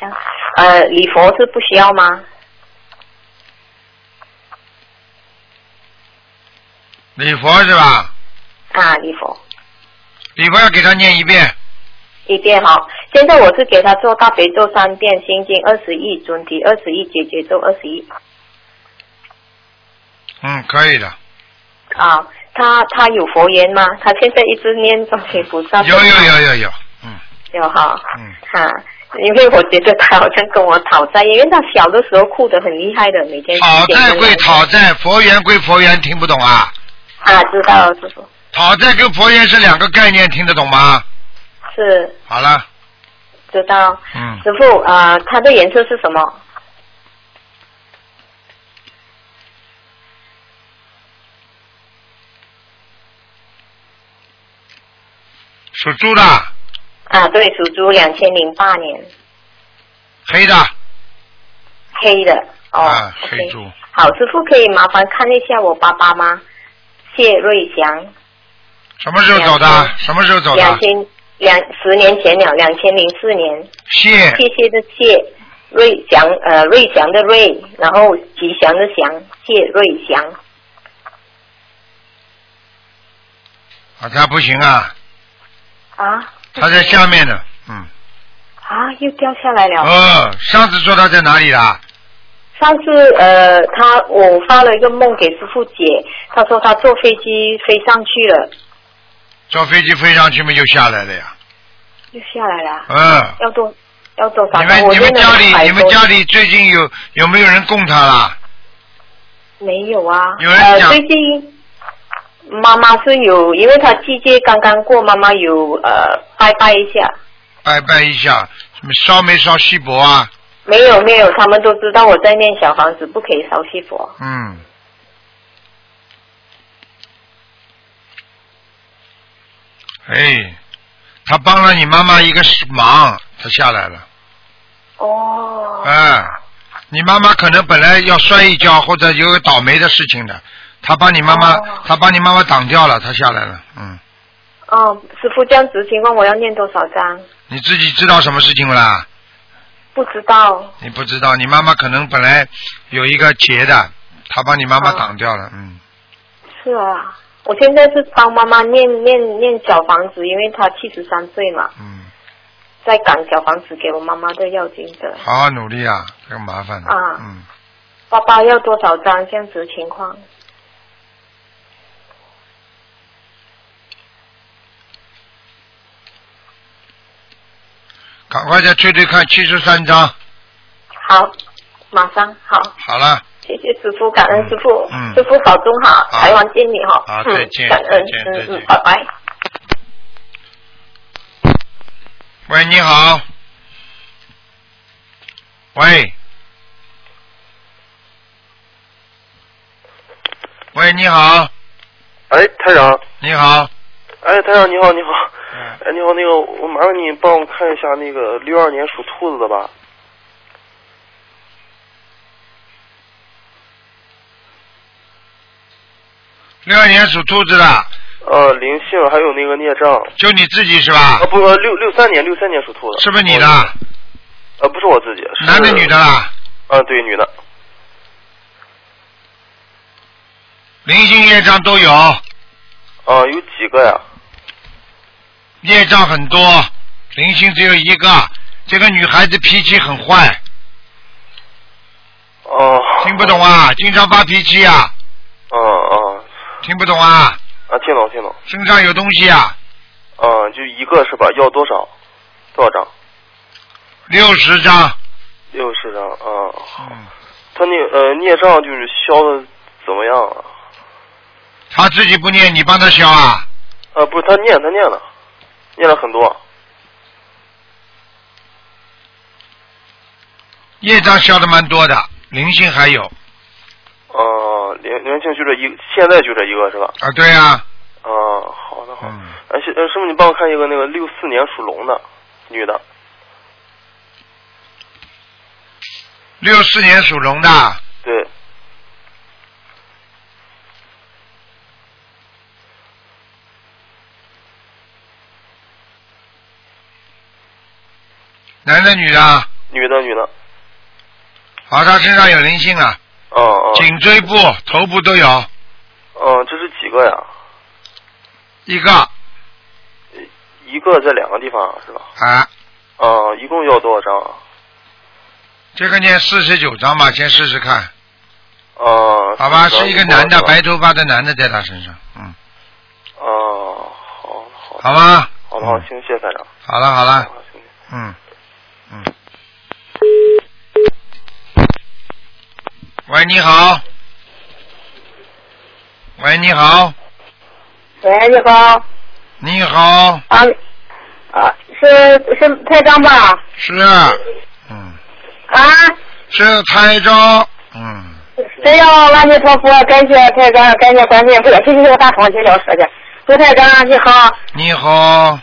[SPEAKER 6] 张？呃，礼佛是不需要吗？
[SPEAKER 1] 礼佛是吧？
[SPEAKER 6] 啊，礼佛。
[SPEAKER 1] 礼佛要给他念一遍，
[SPEAKER 6] 一遍哈。现在我是给他做大悲咒三遍，心经二十一，准提二十一，解结咒二十一
[SPEAKER 1] 嗯，可以的，
[SPEAKER 6] 啊。他他有佛缘吗？他现在一直念观世音菩萨。
[SPEAKER 1] 有有有有有，嗯
[SPEAKER 6] 有哈。
[SPEAKER 1] 嗯，
[SPEAKER 6] 哈、因为我觉得他好像跟我讨债，因为他小的时候哭得很厉害的，每天
[SPEAKER 1] 讨债归讨
[SPEAKER 6] 债
[SPEAKER 1] 债，佛缘归佛缘，听不懂啊？
[SPEAKER 6] 啊，知道了，师傅
[SPEAKER 1] 讨债跟佛缘是两个概念，听得懂吗？
[SPEAKER 6] 是
[SPEAKER 1] 好了，
[SPEAKER 6] 知道。
[SPEAKER 1] 嗯，
[SPEAKER 6] 师傅啊、呃他的颜色是什么？
[SPEAKER 1] 属猪的，
[SPEAKER 6] 啊，对，属猪，两千零八年，
[SPEAKER 1] 黑的，
[SPEAKER 6] 黑的。哦，
[SPEAKER 1] 啊，
[SPEAKER 6] OK
[SPEAKER 1] 黑猪，
[SPEAKER 6] 好，师傅可以麻烦看一下我爸爸吗？谢瑞祥，
[SPEAKER 1] 什么时候走的
[SPEAKER 6] 两？千
[SPEAKER 1] 什么时候走
[SPEAKER 6] 两
[SPEAKER 1] 的？
[SPEAKER 6] 千
[SPEAKER 4] 两十年前了，两千零四年，
[SPEAKER 1] 谢
[SPEAKER 4] 谢谢的谢，瑞祥呃瑞祥的瑞，然后吉祥的祥，谢瑞祥。
[SPEAKER 1] 啊，他不行啊，
[SPEAKER 4] 啊
[SPEAKER 1] 他在下面呢，嗯，
[SPEAKER 4] 啊，又掉下来了。
[SPEAKER 1] 哦，上次说他在哪里啦？
[SPEAKER 4] 上次呃，他我发了一个梦给师傅解，他说他坐飞机飞上去了，
[SPEAKER 1] 坐飞机飞上去嘛，又下来了呀，
[SPEAKER 4] 又下来了，
[SPEAKER 1] 嗯。
[SPEAKER 4] 要多要多少
[SPEAKER 1] 你
[SPEAKER 4] 张？
[SPEAKER 1] 们
[SPEAKER 4] 我
[SPEAKER 1] 你们
[SPEAKER 4] 念了
[SPEAKER 1] 家里
[SPEAKER 4] 200
[SPEAKER 1] 你们
[SPEAKER 4] 多
[SPEAKER 1] 家里最近有有没有人供他啦？
[SPEAKER 4] 没有啊。
[SPEAKER 1] 有人
[SPEAKER 4] 呃，
[SPEAKER 1] 讲
[SPEAKER 4] 最近妈妈是有，因为她季节刚刚过，妈妈有呃拜拜一下。
[SPEAKER 1] 拜拜一下，烧没烧锡箔啊？
[SPEAKER 4] 没有没有，他们都知道我在念小房子，不可以烧西佛。
[SPEAKER 1] 嗯。哎，他帮了你妈妈一个忙，他下来了。
[SPEAKER 4] 哦
[SPEAKER 1] 哎，你妈妈可能本来要摔一跤或者有个倒霉的事情的，他帮你妈妈，
[SPEAKER 4] 哦
[SPEAKER 1] 他帮你妈妈挡掉了，他下来了。嗯，
[SPEAKER 4] 哦，师傅这样子情况，我要念多少张？
[SPEAKER 1] 你自己知道什么事情了啦？
[SPEAKER 4] 不知道。
[SPEAKER 1] 你不知道，你妈妈可能本来有一个结的，她帮你妈妈挡掉了，嗯，
[SPEAKER 4] 是啊，我现在是帮妈妈念念念小房子，因为她七十三岁嘛，
[SPEAKER 1] 嗯，
[SPEAKER 4] 在赶小房子给我妈妈的要经者。
[SPEAKER 1] 好好努力啊，这个麻烦的，
[SPEAKER 4] 啊
[SPEAKER 1] 嗯，
[SPEAKER 4] 爸爸要多少张这样子的情况？
[SPEAKER 1] 赶快再吹吹看，七十三章，
[SPEAKER 4] 好，马上好，
[SPEAKER 1] 好了，
[SPEAKER 4] 谢谢师傅，感恩师傅，
[SPEAKER 1] 嗯嗯
[SPEAKER 4] 师傅保重哈，
[SPEAKER 1] 好
[SPEAKER 4] 台湾见你哈，
[SPEAKER 1] 好
[SPEAKER 4] 嗯
[SPEAKER 1] 再见
[SPEAKER 4] 感恩
[SPEAKER 1] 再见，
[SPEAKER 4] 嗯
[SPEAKER 1] 再
[SPEAKER 4] 嗯
[SPEAKER 1] 见，
[SPEAKER 4] 拜拜。
[SPEAKER 1] 喂，你好，喂，喂，你好，
[SPEAKER 7] 哎，台长，
[SPEAKER 1] 你好，
[SPEAKER 7] 哎，台长，你好，你好，
[SPEAKER 1] 嗯，
[SPEAKER 7] 哎，你好，那个，我麻烦你帮我看一下那个六二年属兔子的吧。
[SPEAKER 1] 六二年属兔子的，
[SPEAKER 7] 呃，灵性还有那个孽障。
[SPEAKER 1] 就你自己是吧
[SPEAKER 7] 啊，？不，呃，六六三年，六三年属兔的。
[SPEAKER 1] 是不是你的？
[SPEAKER 7] 呃，不是我自己。是
[SPEAKER 1] 男的女的？啦？
[SPEAKER 7] 啊，对，女的。
[SPEAKER 1] 灵性业障都有，
[SPEAKER 7] 啊，有几个呀？
[SPEAKER 1] 业障很多，灵性只有一个。这个女孩子脾气很坏，
[SPEAKER 7] 哦。
[SPEAKER 1] 听不懂。啊，经常发脾气啊，
[SPEAKER 7] 嗯嗯，
[SPEAKER 1] 听不懂啊，
[SPEAKER 7] 啊，听懂听懂。
[SPEAKER 1] 身上有东西啊，
[SPEAKER 7] 嗯，就一个是吧？要多少？多少张？
[SPEAKER 1] 六十张，
[SPEAKER 7] 六十张。啊，
[SPEAKER 1] 嗯，
[SPEAKER 7] 他那个呃孽障就是消的怎么样啊？
[SPEAKER 1] 她自己不念，你帮她消啊，
[SPEAKER 7] 啊，不是他念，他念了，念了很多。
[SPEAKER 1] 业障消的蛮多的，灵性还有
[SPEAKER 7] 哦，年年轻就这一，现在就这一个是吧？
[SPEAKER 1] 啊，对啊，
[SPEAKER 7] 啊，好的好的。
[SPEAKER 1] 嗯，
[SPEAKER 7] 哎，师呃师傅，你帮我看一个那个六四年属龙的女的，
[SPEAKER 1] 六四年属龙的，
[SPEAKER 7] 对，
[SPEAKER 1] 男的女的，啊，
[SPEAKER 7] 女的女的，
[SPEAKER 1] 她身上有灵性啊，
[SPEAKER 7] 哦哦，
[SPEAKER 1] 颈椎部、头部都有
[SPEAKER 7] 嗯，这是几个呀？
[SPEAKER 1] 一个
[SPEAKER 7] 一个在两个地方是吧？
[SPEAKER 1] 啊，
[SPEAKER 7] 啊，一共要多少张啊？
[SPEAKER 1] 这个念四十九张吧，先试试看。
[SPEAKER 7] 啊，
[SPEAKER 1] 好吧，
[SPEAKER 7] 四十张
[SPEAKER 1] 是一个男的，
[SPEAKER 7] 多少
[SPEAKER 1] 白头发的男的在他身上，嗯，
[SPEAKER 7] 张。哦，好的好的
[SPEAKER 1] 好吗？
[SPEAKER 7] 好的好的，
[SPEAKER 1] 嗯
[SPEAKER 7] 行，谢谢台长。
[SPEAKER 1] 好了好了，
[SPEAKER 7] 好，行。
[SPEAKER 1] 嗯嗯。喂，你好。喂，你好，
[SPEAKER 8] 喂，
[SPEAKER 9] 哎
[SPEAKER 8] 你好，
[SPEAKER 1] 你好，
[SPEAKER 8] 啊啊，是是台长吧？
[SPEAKER 1] 是，嗯，
[SPEAKER 8] 啊，
[SPEAKER 1] 是台长，嗯，
[SPEAKER 8] 真要阿弥陀佛，感谢台长，感谢观世音菩萨，谢谢大同去了说去。卢台长你好，
[SPEAKER 1] 你好，
[SPEAKER 8] 啊，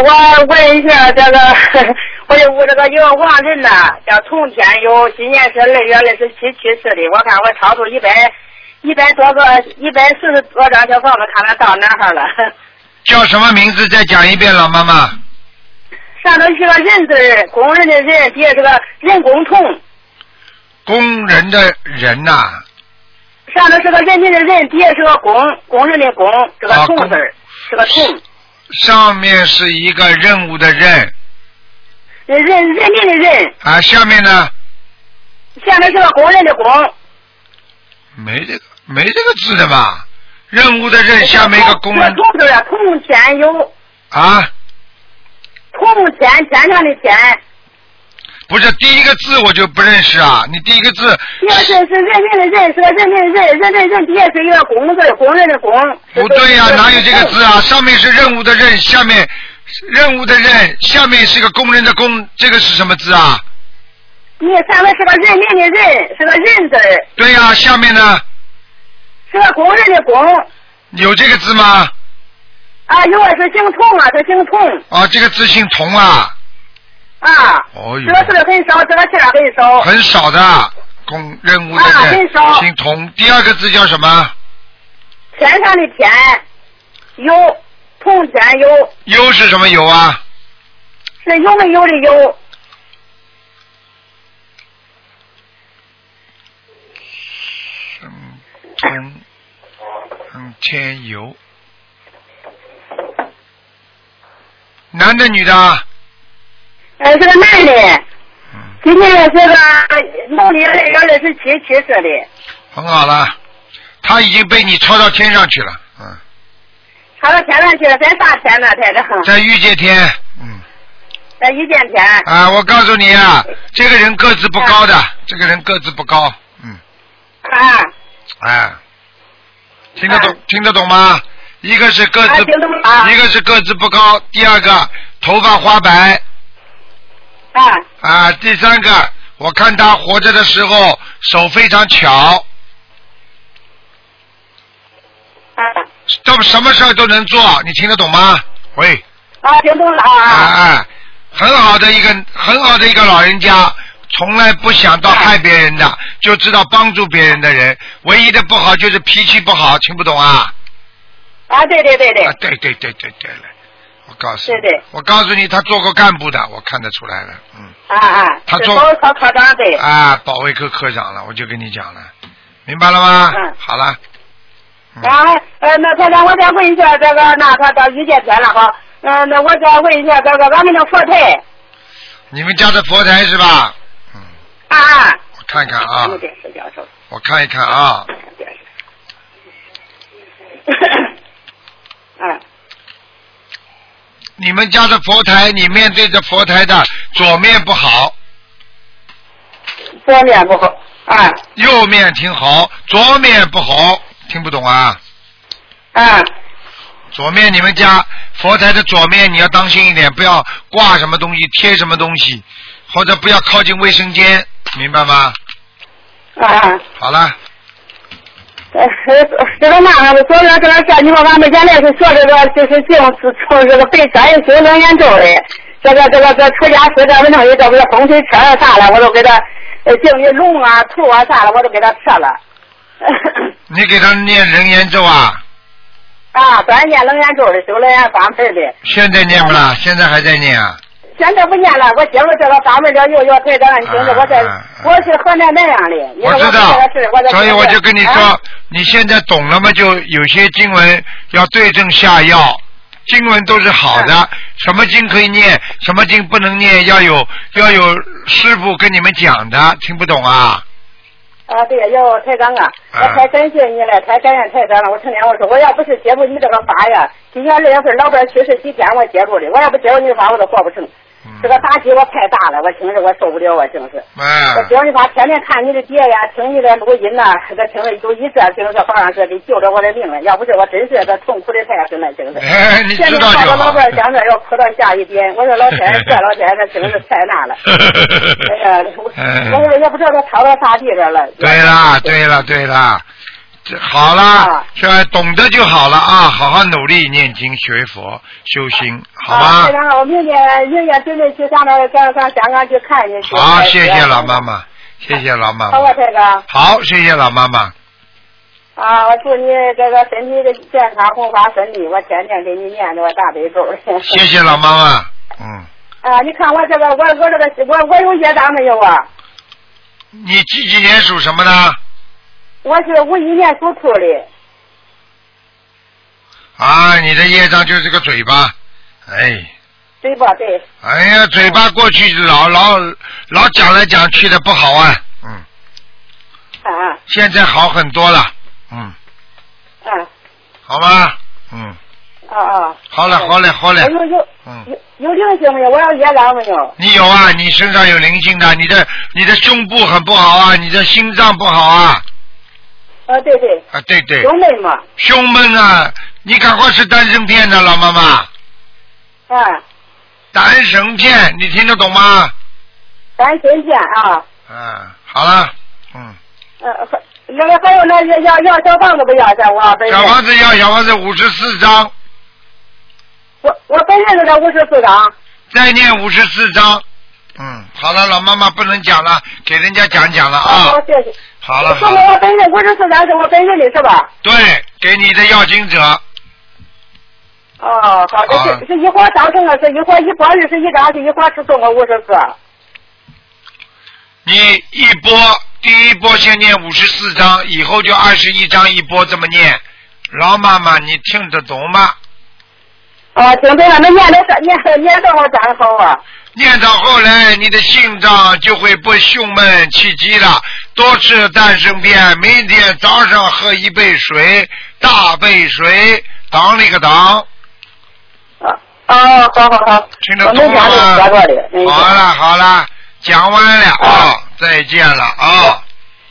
[SPEAKER 8] 我问一下这个， 我有我这个一个亡人呢，叫童天友，今年是二月二十七去世的，我看我超出一百一百多个一百四十多张小房子，看他到哪哈了。
[SPEAKER 1] 叫什么名字？再讲一遍，老妈妈。
[SPEAKER 8] 上头是个认字儿，工人的认，底下是个任工痛，
[SPEAKER 1] 工人的人呐、
[SPEAKER 8] 上头是个认定的认，底下是个工，工人的工，是个
[SPEAKER 1] 啊
[SPEAKER 8] 痛
[SPEAKER 1] 工
[SPEAKER 8] 字儿，是个痛。
[SPEAKER 1] 上面是一个任务的任
[SPEAKER 8] 认认定的认，
[SPEAKER 1] 啊，下面呢
[SPEAKER 8] 下面是个工人的工，
[SPEAKER 1] 没这个没这个字的吧？任务的任下面一个工
[SPEAKER 8] 是
[SPEAKER 1] 人
[SPEAKER 8] 痛字儿啊，痛前有
[SPEAKER 1] 啊，
[SPEAKER 8] 痛前前上的前，
[SPEAKER 1] 不是第一个字我就不认识啊，你第一个字
[SPEAKER 8] 第二是是认定的认，是个认定的认，认认认底下是一个工字儿，工人的工。
[SPEAKER 1] 不对呀、
[SPEAKER 8] 是
[SPEAKER 1] 哪有这个字啊？上面是任务的任，下面任务的任，下面是一个工人的工，这个是什么字啊？
[SPEAKER 8] 你上面是个认定的认，是个认字儿，
[SPEAKER 1] 对呀、下面呢
[SPEAKER 8] 是个工人的工。
[SPEAKER 1] 有这个字吗？
[SPEAKER 8] 啊，如果是姓痛啊，是姓痛
[SPEAKER 1] 啊，这个字姓童啊，
[SPEAKER 8] 啊。
[SPEAKER 1] 哦
[SPEAKER 8] 这个字儿很少，这个字儿很少。
[SPEAKER 1] 很少的工任务的
[SPEAKER 8] 啊
[SPEAKER 1] 任
[SPEAKER 8] 很少
[SPEAKER 1] 姓童，第二个字叫什么？
[SPEAKER 8] 田上的田，有痛前有，
[SPEAKER 1] 忧是什么忧啊？
[SPEAKER 8] 是有没有的有。
[SPEAKER 1] 嗯，通，嗯，天油。男的女的啊？
[SPEAKER 8] 呃，是个男的，
[SPEAKER 1] 嗯，
[SPEAKER 8] 今天是个农历二月二十七去世的，
[SPEAKER 1] 很好了，他已经被你抄到天上去了，嗯，
[SPEAKER 8] 他到天上去了，咱啥天呢？太着，
[SPEAKER 1] 在御界天，嗯，
[SPEAKER 8] 咱一见天。
[SPEAKER 1] 啊，我告诉你啊，这个人个子不高的，这个人个子不高，嗯，
[SPEAKER 8] 啊，
[SPEAKER 1] 哎，听得懂听得懂吗？一个是个
[SPEAKER 8] 哎啊，
[SPEAKER 1] 子，
[SPEAKER 8] 听懂啊
[SPEAKER 1] 一个是个子不高，第二个头发花白，
[SPEAKER 8] 啊
[SPEAKER 1] 啊，第三个，我看他活着的时候手非常巧，
[SPEAKER 8] 啊
[SPEAKER 1] 到什么事儿都能做，你听得懂吗？喂，
[SPEAKER 8] 啊，听懂了
[SPEAKER 1] 啊
[SPEAKER 8] 啊
[SPEAKER 1] 啊，很好的一个很好的一个老人家，从来不想到害别人的，就知道帮助别人的人，唯一的不好就是脾气不好，听不懂啊？
[SPEAKER 8] 啊！对对对对
[SPEAKER 1] 啊，，对对对对对了，我告诉你，
[SPEAKER 8] 对对
[SPEAKER 1] 我告诉你，他做过干部的，我看得出来了，嗯，
[SPEAKER 8] 啊啊，
[SPEAKER 1] 他
[SPEAKER 8] 是
[SPEAKER 1] 中
[SPEAKER 8] 高考科长对。
[SPEAKER 1] 啊，保卫科科长了，我就跟你讲了，明白了吗？
[SPEAKER 8] 嗯
[SPEAKER 1] 好了。嗯
[SPEAKER 8] 啊，呃，那太太，我再问一下这个，那他到遇见天了哈。嗯、那我再问一下这个，咱们的佛台
[SPEAKER 1] 你们家的佛台是吧？嗯，
[SPEAKER 8] 啊啊。
[SPEAKER 1] 我看看啊，
[SPEAKER 8] 有点事教授，
[SPEAKER 1] 我看一 看啊，
[SPEAKER 8] 有点事。嗯，
[SPEAKER 1] 你们家的佛台，你面对着佛台的左面不好，
[SPEAKER 8] 左面不好啊
[SPEAKER 1] 右面挺好，左面不好，听不懂啊？
[SPEAKER 8] 啊
[SPEAKER 1] 左面你们家佛台的左面你要当心一点，不要挂什么东西，贴什么东西，或者不要靠近卫生间，明白吗？
[SPEAKER 8] 啊啊！
[SPEAKER 1] 好了，
[SPEAKER 8] 呃，这个那个，昨天这个下你说俺们原来是学这个就是净是从这个背山也修能研究的，这个这个这出家师这文东西，这不是风水车啊啥的，我都给他呃净鱼龙啊、兔啊啥的，我都给他撤了。
[SPEAKER 1] 你给他念人言咒啊？
[SPEAKER 8] 啊，专念楞严咒的，修楞严法门的，
[SPEAKER 1] 现在念不
[SPEAKER 8] 嗯
[SPEAKER 1] 啦？现在还在念啊？
[SPEAKER 8] 现在不念了。我接触这个法门了，又要退这案经的，我在
[SPEAKER 1] 啊啊啊
[SPEAKER 8] 我是河南南阳的，因为
[SPEAKER 1] 我知道
[SPEAKER 8] 这个事，我在
[SPEAKER 1] 所以我就跟你
[SPEAKER 8] 啊
[SPEAKER 1] 说，你现在懂了吗？就有些经文要对症下药，经文都是好
[SPEAKER 8] 啊
[SPEAKER 1] 的，什么经可以念，什么经不能念，要有要有师傅跟你们讲的，听不懂啊？
[SPEAKER 8] 啊，对，要台长啊，我
[SPEAKER 1] 啊
[SPEAKER 8] 太感谢你了，太感谢台长了。我成天我说，我要不是接触你这个法呀，今年二月份老伴去世几天我接触的，我要不接触你的法，我都活不成。
[SPEAKER 1] 嗯
[SPEAKER 8] 这个打击我太大了，我真是我受不了，我啊真是。
[SPEAKER 1] 哎
[SPEAKER 8] 我，接触你法，天天看你的碟呀，听你的录音呐、这听了就一这听这好像是给救了我的命了。要不是我真是这痛苦的太深了，真是。
[SPEAKER 1] 哎，你
[SPEAKER 8] 现
[SPEAKER 1] 知
[SPEAKER 8] 在
[SPEAKER 1] 道
[SPEAKER 8] 到
[SPEAKER 1] 就
[SPEAKER 8] 了老
[SPEAKER 1] 好。
[SPEAKER 8] 伴儿想着要哭到下一边，我说老天，这老天，这真是太那了。哎呀，我我说也不知道他逃到啥地方了。
[SPEAKER 1] 对啦，对啦，对啦，这好啦
[SPEAKER 8] 啊，
[SPEAKER 1] 这懂得就好了啊！好好努力念经学佛修心，好
[SPEAKER 8] 啊，
[SPEAKER 1] 吗
[SPEAKER 8] 非？常好，我明天明天准备去上面上上香港去看你去。
[SPEAKER 1] 好，谢谢老妈。妈，谢谢老妈
[SPEAKER 8] 好吧，
[SPEAKER 1] 妈。
[SPEAKER 8] 台长。
[SPEAKER 1] 好，谢谢老妈妈。
[SPEAKER 10] 啊，我祝你这个身体的健康，红发顺利。我天天给你念这个大悲咒。
[SPEAKER 1] 谢谢老妈妈，嗯，
[SPEAKER 10] 啊，你看我这个，我我这个，我我有业障没有啊？
[SPEAKER 1] 你几几年属什么的？
[SPEAKER 10] 我是五一年属兔的。
[SPEAKER 1] 啊，你的业障就是个嘴巴，哎，
[SPEAKER 10] 对吧？对，
[SPEAKER 1] 哎呀，嘴巴过去老老老讲来讲去的不好啊，嗯，
[SPEAKER 10] 啊
[SPEAKER 1] 现在好很多了，嗯，
[SPEAKER 10] 啊
[SPEAKER 1] 好吧，嗯，
[SPEAKER 10] 啊啊！
[SPEAKER 1] 好嘞，好嘞，好嘞
[SPEAKER 10] 我，有有
[SPEAKER 1] 嗯，
[SPEAKER 10] 有有灵性没有？我有业障没有？
[SPEAKER 1] 你有啊，你身上有灵性的，你的你的胸部很不好啊，你的心脏不好啊，
[SPEAKER 10] 啊，对对，
[SPEAKER 1] 啊，对 对，
[SPEAKER 10] 有没嘛？
[SPEAKER 1] 胸闷啊，你赶快吃丹参片的，老妈
[SPEAKER 10] 嗯
[SPEAKER 1] 妈，
[SPEAKER 10] 啊，
[SPEAKER 1] 丹参片，你听得懂吗？
[SPEAKER 10] 咱先见啊。
[SPEAKER 1] 嗯，好了，嗯，
[SPEAKER 10] 呃，还那个还有那要要要小房子不要在我本人
[SPEAKER 1] 小，房子要小房子五十四张，
[SPEAKER 10] 我我本人是那五十四张。
[SPEAKER 1] 再念五十四张。嗯，好了，老妈妈不能讲了，给人家讲讲了啊
[SPEAKER 10] 哦好，。谢谢。
[SPEAKER 1] 好了，
[SPEAKER 10] 说
[SPEAKER 1] 好
[SPEAKER 10] 明
[SPEAKER 1] 了，
[SPEAKER 10] 我本人五十四张是我本人的是吧？
[SPEAKER 1] 对，给你的要经者，
[SPEAKER 10] 哦，好，这
[SPEAKER 1] 啊
[SPEAKER 10] 是是一会儿当成了，是一会儿一波二十一张，是一会儿只啊送我五十个。
[SPEAKER 1] 你一波第一波先念五十四章，以后就二十一章一波这么念。老妈妈，你听得懂吗？
[SPEAKER 10] 啊，听对了，那念的念念多少张好啊？
[SPEAKER 1] 念到后来，你的心脏就会不胸闷气急了。多吃丹参片，每天早上喝一杯水，大杯水，挡了一个挡，
[SPEAKER 10] 啊，哦，好好好，
[SPEAKER 1] 听得
[SPEAKER 10] 我
[SPEAKER 1] 懂
[SPEAKER 10] 们家
[SPEAKER 1] 吗
[SPEAKER 10] 里学过的，没
[SPEAKER 1] 好了好了，讲完了啊、再见了啊、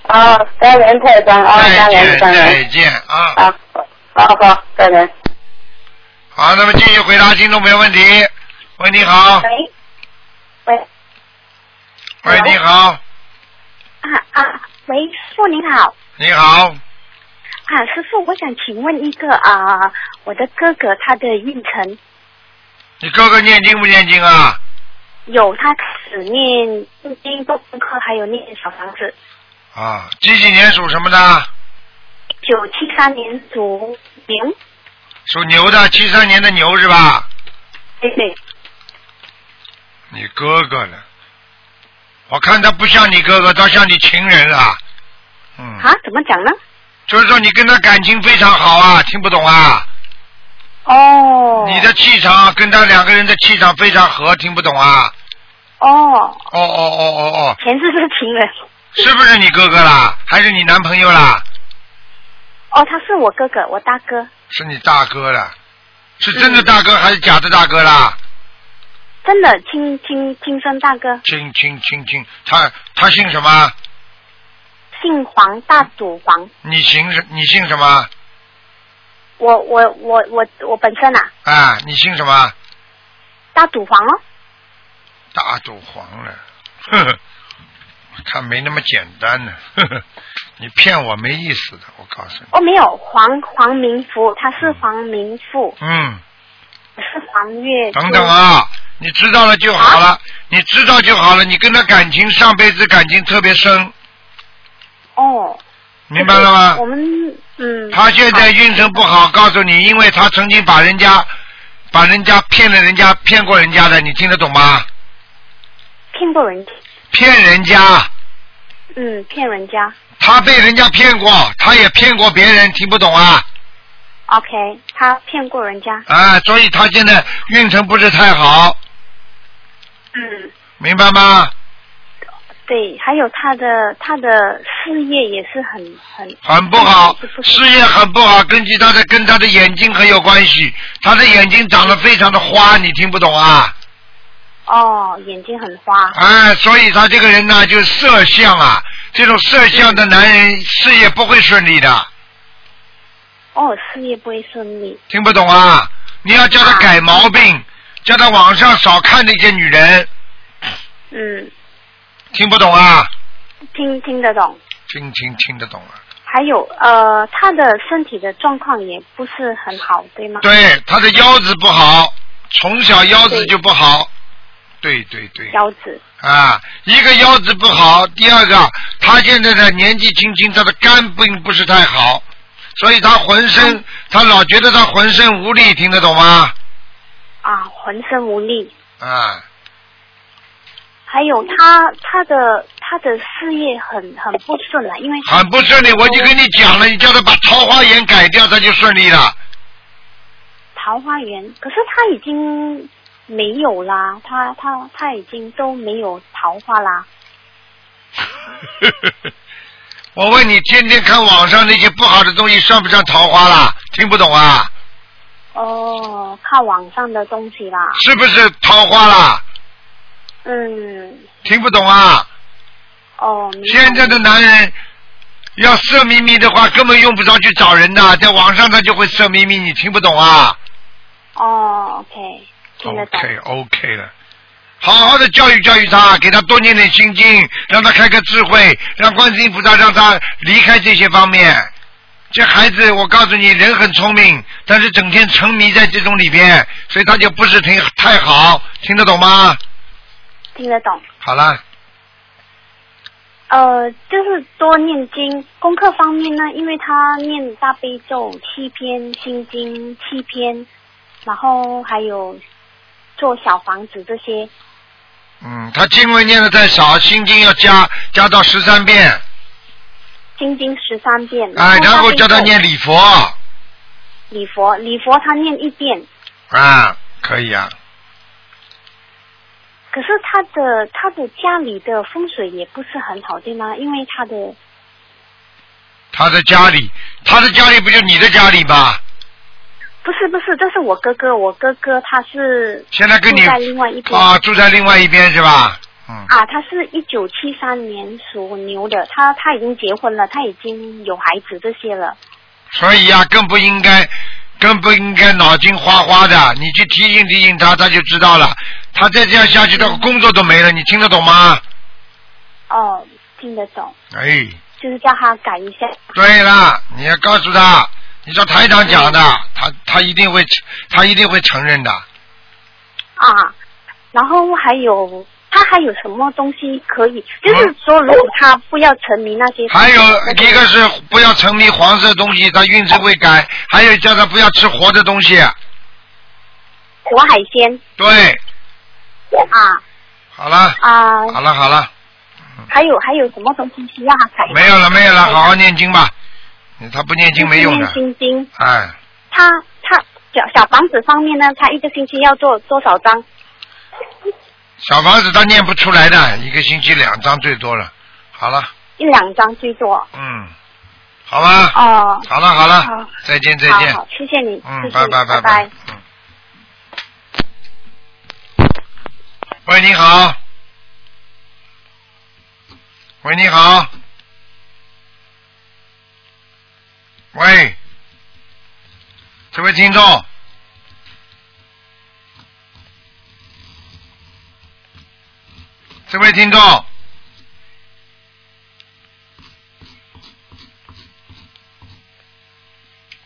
[SPEAKER 10] 啊，感恩太长啊，
[SPEAKER 1] 再
[SPEAKER 10] 感
[SPEAKER 1] 见
[SPEAKER 10] 恩感
[SPEAKER 1] 再
[SPEAKER 10] 恩
[SPEAKER 1] 见啊。
[SPEAKER 10] 啊，好好感恩。
[SPEAKER 1] 好，那么继续回答听众朋友问题。喂，你好。
[SPEAKER 5] 喂，喂
[SPEAKER 10] 哎
[SPEAKER 1] 喂，你好，
[SPEAKER 5] 啊啊，喂，师傅您好
[SPEAKER 1] 你好，
[SPEAKER 5] 啊，师傅，我想请问一个啊、我的哥哥他的运程
[SPEAKER 1] 你哥哥念经不念经啊？
[SPEAKER 5] 有他只念念经做功课，还有念小房子。
[SPEAKER 1] 啊，几几年属什么的？
[SPEAKER 5] 九七三年属牛，
[SPEAKER 1] 属牛的，七三年的牛是吧？
[SPEAKER 5] 对对，
[SPEAKER 1] 你哥哥呢？我看他不像你哥哥，倒像你情人啊。嗯，
[SPEAKER 5] 啊，怎么讲呢？
[SPEAKER 1] 就是说你跟他感情非常好啊，听不懂啊？
[SPEAKER 5] 哦，
[SPEAKER 1] 你的气场跟他两个人的气场非常合，听不懂啊？
[SPEAKER 5] 哦，
[SPEAKER 1] 哦哦哦哦哦，
[SPEAKER 5] 前世是情人，
[SPEAKER 1] 是不是你哥哥啦？还是你男朋友啦？
[SPEAKER 5] 哦，他是我哥哥，我大哥，
[SPEAKER 1] 是你大哥了？是真的大
[SPEAKER 5] 嗯
[SPEAKER 1] 哥还是假的大哥啦？
[SPEAKER 5] 真的亲亲亲生大哥，
[SPEAKER 1] 亲亲亲亲，他他姓什么？
[SPEAKER 5] 姓黄，大祖黄。
[SPEAKER 1] 你姓什？你姓什么？
[SPEAKER 5] 我我我我我本身啊，
[SPEAKER 1] 啊，你姓什么？
[SPEAKER 5] 大祖黄哦。
[SPEAKER 1] 大肚黄了， 呵呵，我看没那么简单呢， 呵呵，你骗我没意思的，我告诉你，
[SPEAKER 5] 哦，没有黄黄明福，他是黄明富，
[SPEAKER 1] 嗯，
[SPEAKER 5] 是黄月。
[SPEAKER 1] 等等！啊，你知道了就好了，你知道就好了，你跟他感情上辈子感情特别深，
[SPEAKER 5] 哦，
[SPEAKER 1] 明白了吗？
[SPEAKER 5] 我们嗯，
[SPEAKER 1] 他现在运程不好，告诉你，因为他曾经把人家把人家骗了，人家骗过人家的，你听得懂吗？
[SPEAKER 5] 骗过人，
[SPEAKER 1] 骗人家。
[SPEAKER 5] 嗯，骗人家。
[SPEAKER 1] 他被人家骗过，他也骗过别人，听不懂啊？
[SPEAKER 5] OK，他骗过人家。
[SPEAKER 1] 啊，所以他现在运程不是太好，
[SPEAKER 5] 嗯，
[SPEAKER 1] 明白吗？
[SPEAKER 5] 对，还有他的他的事业也是很很
[SPEAKER 1] 很不好
[SPEAKER 5] 不，嗯是
[SPEAKER 1] 事业很不好，根据他的跟他的眼睛很有关系，他的眼睛长得非常的花，你听不懂啊？
[SPEAKER 5] 哦，眼睛很花。
[SPEAKER 1] 哎，所以他这个人呢，就是色相啊，这种色相的男人事业不会顺利的，
[SPEAKER 5] 哦，事业不会顺利。
[SPEAKER 1] 听不懂啊？你要叫他
[SPEAKER 5] 啊
[SPEAKER 1] 改毛病，叫他网上少看那些女人，
[SPEAKER 5] 嗯，
[SPEAKER 1] 听不懂啊？
[SPEAKER 5] 听听得懂。
[SPEAKER 1] 听听听得懂啊？
[SPEAKER 5] 还有呃，他的身体的状况也不是很好，对吗？
[SPEAKER 1] 对，他的腰子不好，从小腰子就不好。对对对，
[SPEAKER 5] 腰子。
[SPEAKER 1] 啊，一个腰子不好，第二个他现在的年纪轻轻，他的肝并不是太好，所以他浑身，他老觉得他浑身无力，听得懂吗？
[SPEAKER 5] 啊，浑身无力。
[SPEAKER 1] 啊，
[SPEAKER 5] 还有他他的他的事业很很不顺啊了，因为
[SPEAKER 1] 很不顺利。
[SPEAKER 5] 哦
[SPEAKER 1] 我就跟你讲了，你叫他把桃花眼改掉，他就顺利了。
[SPEAKER 5] 桃花源，可是他已经没有啦，他他他已经都没有桃花啦。
[SPEAKER 1] 我问你，天天看网上那些不好的东西，算不算桃花啦？听不懂啊？
[SPEAKER 5] 哦，看网上的东西啦。
[SPEAKER 1] 是不是桃花啦？
[SPEAKER 5] 嗯，
[SPEAKER 1] 听不懂啊？
[SPEAKER 5] 哦，明白
[SPEAKER 1] 现在的男人要色眯眯的话，根本用不着去找人的，在网上他就会色眯眯，你听不懂啊
[SPEAKER 5] 哦，OK，听得懂。
[SPEAKER 1] ？OK OK 了，好好的教育教育他，给他多念点心经，让他开开智慧，让观世音菩萨让他离开这些方面。这孩子，我告诉你，人很聪明，但是整天沉迷在这种里边，所以他就不是挺太好，听得懂吗？
[SPEAKER 5] 听得懂。
[SPEAKER 1] 好了，
[SPEAKER 5] 呃，就是多念经。功课方面呢，因为他念大悲咒七篇，心经七篇，然后还有做小房子这些。
[SPEAKER 1] 嗯，他经文念的太少，心经要加加到十三遍，
[SPEAKER 5] 心经十三遍，
[SPEAKER 1] 哎，然
[SPEAKER 5] 大
[SPEAKER 1] 后
[SPEAKER 5] 悲
[SPEAKER 1] 叫
[SPEAKER 5] 咒
[SPEAKER 1] 他念礼佛。
[SPEAKER 5] 礼佛，礼佛他念一遍，
[SPEAKER 1] 啊，可以啊，
[SPEAKER 5] 可是他的他的家里的风水也不是很好，对吗？因为他的
[SPEAKER 1] 他的家里，他的家里不就你的家里吗？
[SPEAKER 5] 不是不是，这是我哥哥，我哥哥他是
[SPEAKER 1] 现在跟你
[SPEAKER 5] 住在另外一边
[SPEAKER 1] 啊，住在另外一边是吧？
[SPEAKER 5] 啊，他是一九七三年属牛的，他他已经结婚了，他已经有孩子这些了。
[SPEAKER 1] 所以啊，更不应该，更不应该脑筋花花的。你去提醒提醒他，他就知道了。他再这样下去，他工作都没了。你听得懂吗？
[SPEAKER 5] 哦，听得懂，
[SPEAKER 1] 哎，
[SPEAKER 5] 就是叫他改一下。
[SPEAKER 1] 对了，你要告诉他，你照台长讲的，他他一定会，他一定会承认的。
[SPEAKER 5] 啊，然后还有他还有什么东西可以？就是说，如果他不要沉迷那些，
[SPEAKER 1] 还有一个是不要沉迷黄色东西，他运势会改；还有叫他不要吃活的东西。啊
[SPEAKER 5] 活海鲜
[SPEAKER 1] 对，
[SPEAKER 5] 啊
[SPEAKER 1] 好了，
[SPEAKER 5] 啊，
[SPEAKER 1] 好了，好了，
[SPEAKER 5] 还有还有什么东西需要他改？
[SPEAKER 1] 没有了，没有了，好好念经吧。他不念经没用的
[SPEAKER 5] 就是，念心经，
[SPEAKER 1] 哎，
[SPEAKER 5] 他他小小房子方面呢，他一个星期要做多少张？
[SPEAKER 1] 小房子他念不出来的，一个星期两张最多了。好了，
[SPEAKER 5] 一两张最多。
[SPEAKER 1] 嗯，好吧，
[SPEAKER 5] 哦，
[SPEAKER 1] 啊好了，好了
[SPEAKER 5] 好，
[SPEAKER 1] 再见，再
[SPEAKER 5] 好
[SPEAKER 1] 见。
[SPEAKER 5] 好，谢谢你，谢
[SPEAKER 1] 嗯
[SPEAKER 5] 谢你
[SPEAKER 1] 拜拜
[SPEAKER 5] 拜
[SPEAKER 1] 拜拜喂，你好。喂，你好。喂，这位听众。这位听众，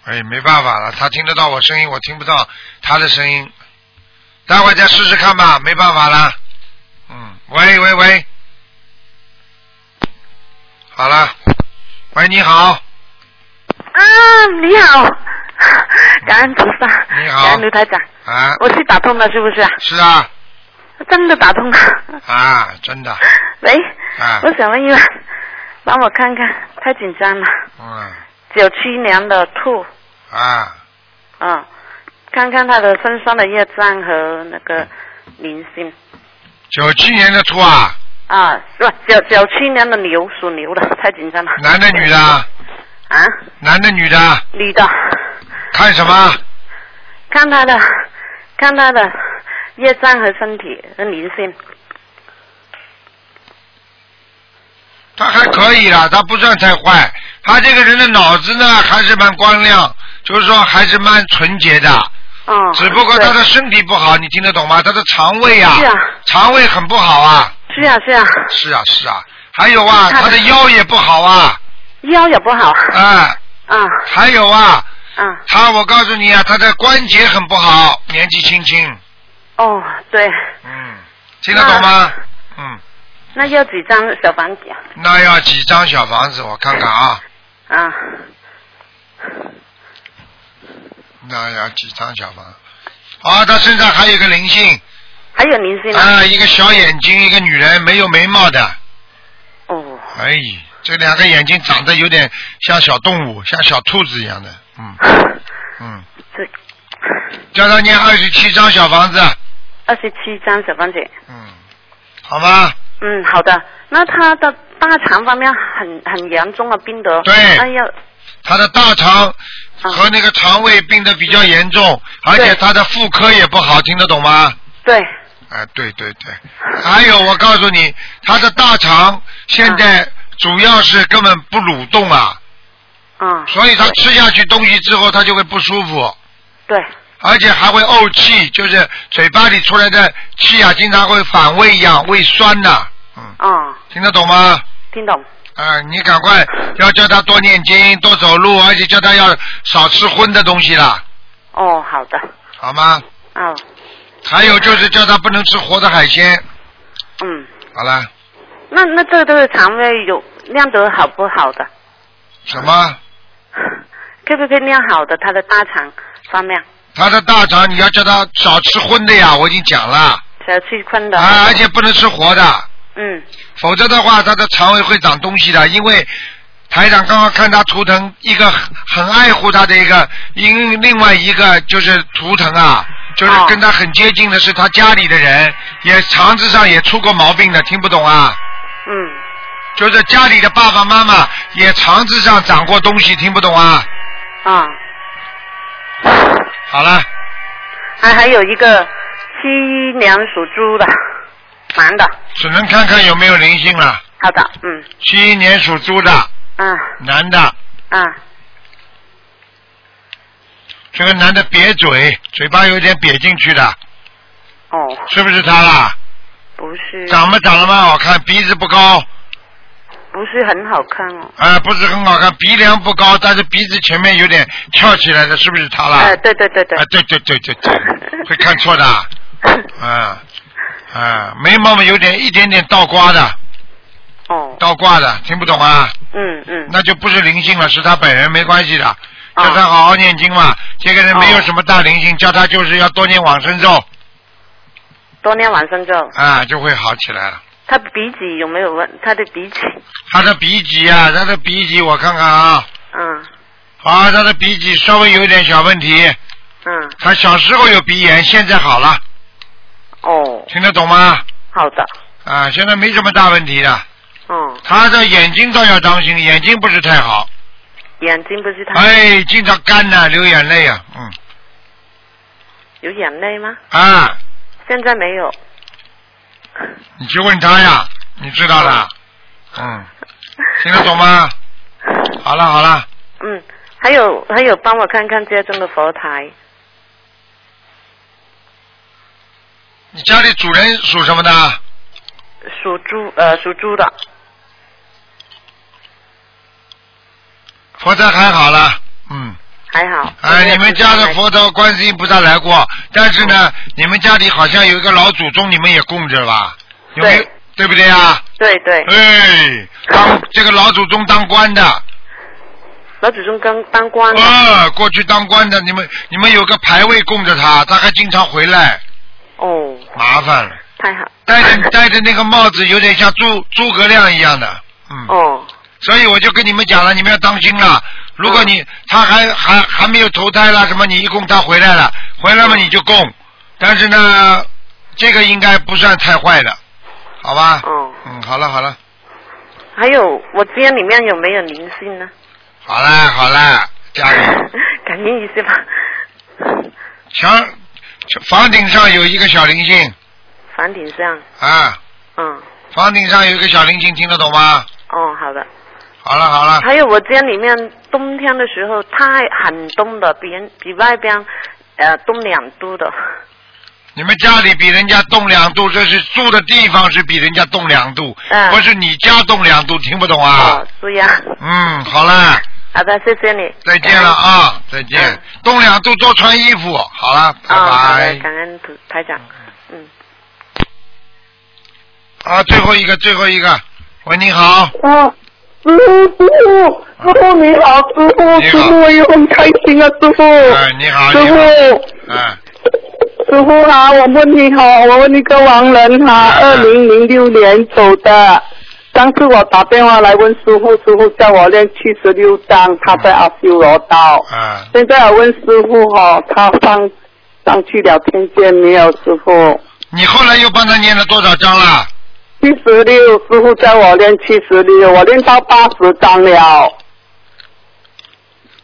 [SPEAKER 1] 哎，没办法了，他听得到我声音，我听不到他的声音，待会儿再试试看吧，没办法了。嗯，喂喂喂，好了，喂，你好，
[SPEAKER 11] 啊，你好，感恩菩萨，
[SPEAKER 1] 嗯你
[SPEAKER 11] 感
[SPEAKER 1] 好
[SPEAKER 11] 恩，卢台长，
[SPEAKER 1] 啊，
[SPEAKER 11] 我是打通了是不是啊？
[SPEAKER 1] 是啊，
[SPEAKER 11] 真的打通了。
[SPEAKER 1] 啊，真的，
[SPEAKER 11] 喂，
[SPEAKER 1] 啊，
[SPEAKER 11] 我想问一问，帮我看看，太紧张了。
[SPEAKER 1] 嗯，
[SPEAKER 11] 九七年的兔，
[SPEAKER 1] 啊，
[SPEAKER 11] 嗯，看看他的身上的业障和那个灵性
[SPEAKER 1] 九七年的兔啊，
[SPEAKER 11] 啊，是吧？九九七年的牛，属牛的，太紧张了。
[SPEAKER 1] 男的女的啊？
[SPEAKER 11] 啊，
[SPEAKER 1] 男的女的？啊
[SPEAKER 11] 女的，
[SPEAKER 1] 看什么？
[SPEAKER 11] 看他的，看他的业障和身体和灵性。
[SPEAKER 1] 他还可以啦，他不算太坏。他这个人的脑子呢，还是蛮光亮，就是说还是蛮纯洁的。
[SPEAKER 11] 嗯，
[SPEAKER 1] 只不过他的
[SPEAKER 11] 对
[SPEAKER 1] 身体不好，你听得懂吗？他的肠胃啊，
[SPEAKER 11] 是啊
[SPEAKER 1] 肠胃很不好啊。
[SPEAKER 11] 是啊是啊，
[SPEAKER 1] 是啊是啊，还有啊，
[SPEAKER 11] 他的
[SPEAKER 1] 他的腰也不好啊，
[SPEAKER 11] 腰也不好。
[SPEAKER 1] 啊，
[SPEAKER 11] 啊
[SPEAKER 1] 还有啊，
[SPEAKER 11] 啊
[SPEAKER 1] 他我告诉你啊，他的关节很不好，年纪轻轻，
[SPEAKER 11] 哦，对，
[SPEAKER 1] 嗯，听得懂
[SPEAKER 11] 啊
[SPEAKER 1] 吗？嗯，
[SPEAKER 11] 那要几张小房子啊
[SPEAKER 1] 那要几张小房子？我看看啊，
[SPEAKER 11] 啊？
[SPEAKER 1] 那要几张小房？啊，他身上还有一个灵性
[SPEAKER 11] 还有灵性
[SPEAKER 1] 啊，一个小眼睛，一个女人，没有眉毛的。
[SPEAKER 11] 哦。
[SPEAKER 1] 哎，这两个眼睛长得有点像小动物，像小兔子一样的，嗯。 嗯。
[SPEAKER 11] 这
[SPEAKER 1] 叫他念二十七张小房子，
[SPEAKER 11] 二十七张小房子。
[SPEAKER 1] 好吗？
[SPEAKER 11] 嗯，好的。那他的大肠方面很很严重啊，病得。
[SPEAKER 1] 对
[SPEAKER 11] 哎呀，
[SPEAKER 1] 他的大肠和那个肠胃病得比较严重，而且他的妇科也不好，听得懂吗？
[SPEAKER 11] 啊对。
[SPEAKER 1] 啊，对对对，还有我告诉你，他的大肠现在主要是根本不蠕动啊，
[SPEAKER 11] 嗯。
[SPEAKER 1] 所以他吃下去东西之后，他就会不舒服。
[SPEAKER 11] 对。
[SPEAKER 1] 而且还会怄气，就是嘴巴里出来的气啊，经常会反胃一样，胃酸呐、
[SPEAKER 11] 嗯，
[SPEAKER 1] 听得懂吗？
[SPEAKER 11] 听懂。
[SPEAKER 1] 啊，你赶快要叫他多念经，多走路，而且叫他要少吃荤的东西啦，
[SPEAKER 11] 哦，好的，
[SPEAKER 1] 好吗？
[SPEAKER 11] 哦，
[SPEAKER 1] 还有就是叫他不能吃活的海鲜。
[SPEAKER 11] 嗯，
[SPEAKER 1] 好了，
[SPEAKER 11] 那那这个这个肠胃有量得好不好的？
[SPEAKER 1] 什么？
[SPEAKER 11] 可不可以量好的？他的大肠方面，
[SPEAKER 1] 他的大肠你要叫他少吃荤的呀，我已经讲了
[SPEAKER 11] 小气坤的。
[SPEAKER 1] 啊，而且不能吃活的。
[SPEAKER 11] 嗯，
[SPEAKER 1] 否则的话，他的肠胃会长东西的。因为台长刚刚看他图腾，一个很很爱护他的一个，因另外一个就是图腾啊，就是
[SPEAKER 11] 哦
[SPEAKER 1] 跟他很接近的是他家里的人，也肠子上也出过毛病的，听不懂啊？
[SPEAKER 11] 嗯。
[SPEAKER 1] 就是家里的爸爸妈妈也肠子上长过东西，听不懂啊？
[SPEAKER 11] 啊、
[SPEAKER 1] 好了，
[SPEAKER 11] 还还有一个七一年属猪的男的，
[SPEAKER 1] 只能看看有没有灵性了。
[SPEAKER 11] 好的，嗯
[SPEAKER 1] 七一年属猪的
[SPEAKER 11] 嗯
[SPEAKER 1] 男的，
[SPEAKER 11] 嗯，
[SPEAKER 1] 这个男的瘪嘴，嘴巴有点瘪进去的，
[SPEAKER 11] 哦，
[SPEAKER 1] 是不是他啦？
[SPEAKER 11] 不是，
[SPEAKER 1] 长嘛长得蛮好看，鼻子不高，
[SPEAKER 11] 不是很好看哦。
[SPEAKER 1] 啊、不是很好看，鼻梁不高，但是鼻子前面有点翘起来的，是不是他啦？
[SPEAKER 11] 哎、对对对对，
[SPEAKER 1] 啊，对对对对 对，会看错的，啊啊，眉毛嘛有点一点点倒刮的，
[SPEAKER 11] 哦，
[SPEAKER 1] 倒挂的，听不懂啊？
[SPEAKER 11] 嗯嗯，哦
[SPEAKER 1] 那就不是灵性了，是他本人，没关系的，叫他好好念经嘛。这个人没有什么大灵性，叫他就是要多念往生咒，
[SPEAKER 11] 多念晚上就，
[SPEAKER 1] 啊，就会好起来了。
[SPEAKER 11] 他鼻子有没有问？他的鼻子，
[SPEAKER 1] 他的鼻脊啊，他的鼻脊我看看啊，
[SPEAKER 11] 嗯
[SPEAKER 1] 啊，他的鼻脊稍微有一点小问题，
[SPEAKER 11] 嗯，
[SPEAKER 1] 他小时候有鼻炎，现在好了，
[SPEAKER 11] 哦，
[SPEAKER 1] 听得懂吗？
[SPEAKER 11] 好的，
[SPEAKER 1] 啊，现在没什么大问题的。
[SPEAKER 11] 嗯，
[SPEAKER 1] 他的眼睛倒要当心，眼睛不是太好，
[SPEAKER 11] 眼睛不是他、
[SPEAKER 1] 哎，经常干呐、流眼泪啊，嗯，
[SPEAKER 11] 有眼泪吗？
[SPEAKER 1] 啊，
[SPEAKER 11] 现在没有，
[SPEAKER 1] 你去问他呀，你知道的，嗯，听得懂 吗？好了好了，
[SPEAKER 11] 嗯，还有还有，帮我看看家中的佛台，
[SPEAKER 1] 你家里主人属什么的？
[SPEAKER 11] 属猪呃属猪的，
[SPEAKER 1] 佛台还好了，嗯。
[SPEAKER 11] 还好。
[SPEAKER 1] 哎，你们家的佛头观世音菩萨来过，但是呢，你们家里好像有一个老祖宗，你们也供着吧？有没有？对不对啊？
[SPEAKER 11] 对对，
[SPEAKER 1] 哎，当这个老祖宗当官的，
[SPEAKER 11] 老祖宗刚当官的，
[SPEAKER 1] 啊，过去当官的，你们你们有个牌位供着他，他还经常回来，
[SPEAKER 11] 哦，
[SPEAKER 1] 麻烦了。
[SPEAKER 11] 太好，
[SPEAKER 1] 戴着戴着那个帽子，有点像诸诸葛亮一样的，嗯。
[SPEAKER 11] 哦。
[SPEAKER 1] 所以我就跟你们讲了，你们要当心了。如果
[SPEAKER 11] 哦
[SPEAKER 1] 你、他还还还没有投胎啦，什么你一供他回来了，回
[SPEAKER 11] 哦
[SPEAKER 1] 来嘛你就供，但是呢，这个应该不算太坏的，好吧？
[SPEAKER 11] 哦。
[SPEAKER 1] 嗯，好了好了，
[SPEAKER 11] 还有我家里面有没有灵性呢？
[SPEAKER 1] 好啦好啦，家里
[SPEAKER 11] 感应一下吧，
[SPEAKER 1] 墙房顶上有一个小灵性
[SPEAKER 11] 房顶上，
[SPEAKER 1] 啊，
[SPEAKER 11] 嗯，
[SPEAKER 1] 房顶上有一个小灵性，听得懂吗？
[SPEAKER 11] 哦，好的。
[SPEAKER 1] 好了好了，
[SPEAKER 11] 还有我家里面冬天的时候太很冻的，比人比外边呃冻两度的。
[SPEAKER 1] 你们家里比人家冻两度，这是住的地方是比人家冻两度，
[SPEAKER 11] 嗯
[SPEAKER 1] 不是你家冻两度，听不懂啊？
[SPEAKER 11] 对呀，
[SPEAKER 1] 嗯，好啦，
[SPEAKER 11] 好的，谢谢你。
[SPEAKER 1] 再见了啊，再见。冻两度多穿衣服，好了，拜
[SPEAKER 11] 啊、好的
[SPEAKER 1] 拜。
[SPEAKER 11] 感恩台台长。
[SPEAKER 1] 啊，最后一个，最后一个。喂，你好。
[SPEAKER 9] 嗯，师傅，师傅你好，师傅，师傅我也很开心啊，师傅。
[SPEAKER 1] 哎你好，
[SPEAKER 9] 师傅。
[SPEAKER 1] 嗯。
[SPEAKER 9] 师傅好，我问你好，我问一个王人哈，
[SPEAKER 1] 哎
[SPEAKER 9] 二零零六年走的。上次我打电话来问师傅，师傅叫我练七十六章，他在阿修罗道。
[SPEAKER 1] 嗯。
[SPEAKER 9] 现在我问师傅哈、他上上去了天界没有？师傅，
[SPEAKER 1] 你后来又帮他念了多少章了？
[SPEAKER 9] 七十六，师傅叫我练七十六，我练到八十章了。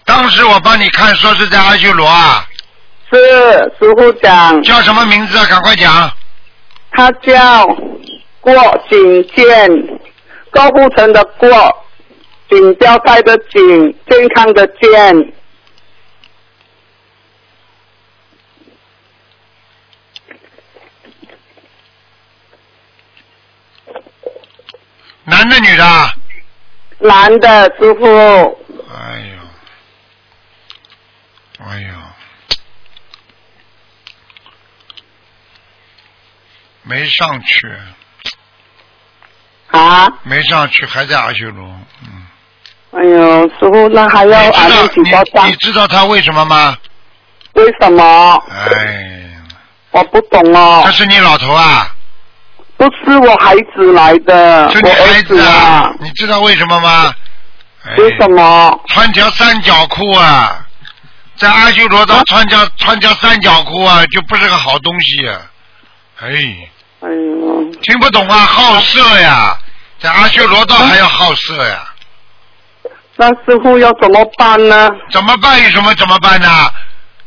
[SPEAKER 1] 当时我帮你看，说是在阿修罗啊。
[SPEAKER 9] 是师傅讲。
[SPEAKER 1] 叫什么名字啊？赶快讲。
[SPEAKER 9] 他叫郭景健，高不成的郭，锦标赛的锦，健康的健。
[SPEAKER 1] 男的女的啊？
[SPEAKER 9] 男的师傅，
[SPEAKER 1] 哎呦，哎呦，没上去。
[SPEAKER 9] 啊？
[SPEAKER 1] 没上去，还在阿修罗。
[SPEAKER 9] 哎呦，师傅，那还要啊练几多章
[SPEAKER 1] 你？知道他为什么吗？
[SPEAKER 9] 为什么？
[SPEAKER 1] 哎，
[SPEAKER 9] 我不懂哦。
[SPEAKER 1] 他是你老头啊？
[SPEAKER 9] 不是我孩子来的，
[SPEAKER 1] 是
[SPEAKER 9] 我
[SPEAKER 1] 你
[SPEAKER 9] 儿
[SPEAKER 1] 孩
[SPEAKER 9] 子
[SPEAKER 1] 子啊？你知道为什么吗？哎
[SPEAKER 9] 为什么？
[SPEAKER 1] 穿条三角裤啊，在阿修罗
[SPEAKER 9] 啊
[SPEAKER 1] 道穿条、穿条三角裤啊，就不是个好东西、啊。哎，
[SPEAKER 9] 哎呦，
[SPEAKER 1] 听不懂啊，好色呀，在阿修罗
[SPEAKER 9] 啊
[SPEAKER 1] 道还要好色呀。
[SPEAKER 9] 那师傅要怎么办呢？
[SPEAKER 1] 怎么办？有什么怎么办呢、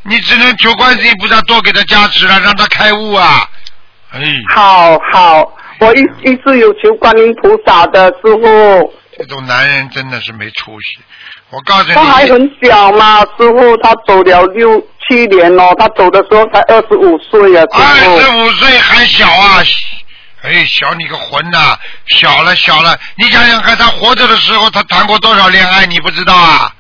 [SPEAKER 1] 你只能求观世音菩萨多给他加持啊，让他开悟啊。哎，
[SPEAKER 9] 好好，我一一直有求观音菩萨的师傅，
[SPEAKER 1] 这种男人真的是没出息。我告诉你，
[SPEAKER 9] 他还很小嘛，师傅他走了六七年哦，他走的时候才二十五岁呀，师
[SPEAKER 1] 二
[SPEAKER 9] 傅。
[SPEAKER 1] 十五岁还小啊！哎，小你个魂呐、小了小了，你想想看，他活着的时候，他谈过多少恋爱，你不知道啊？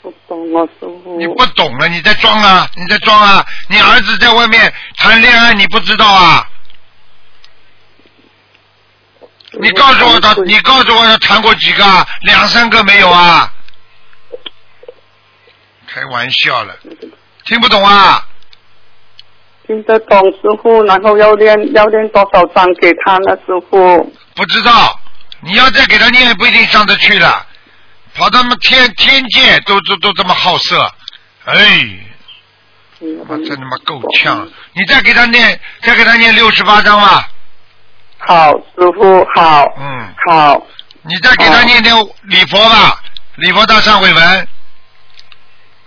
[SPEAKER 9] 不懂啊，师傅。
[SPEAKER 1] 你不懂啊，你在装啊，你在装啊！你儿子在外面谈恋爱，你不知道啊？你告诉我他，你告诉我他谈过几个啊？两三个没有啊？开玩笑了，听不懂啊？
[SPEAKER 9] 听得懂师傅，然后要练要练多少章给他呢，师傅？
[SPEAKER 1] 不知道，你要再给他念，不一定上得去了。跑他们天天界都都都这么好色，哎，妈真他妈够呛！你再给他念，再给他念六十八章吧。
[SPEAKER 9] 好，师傅好。
[SPEAKER 1] 嗯。
[SPEAKER 9] 好。
[SPEAKER 1] 你再给他念念礼佛吧，礼佛大忏悔文。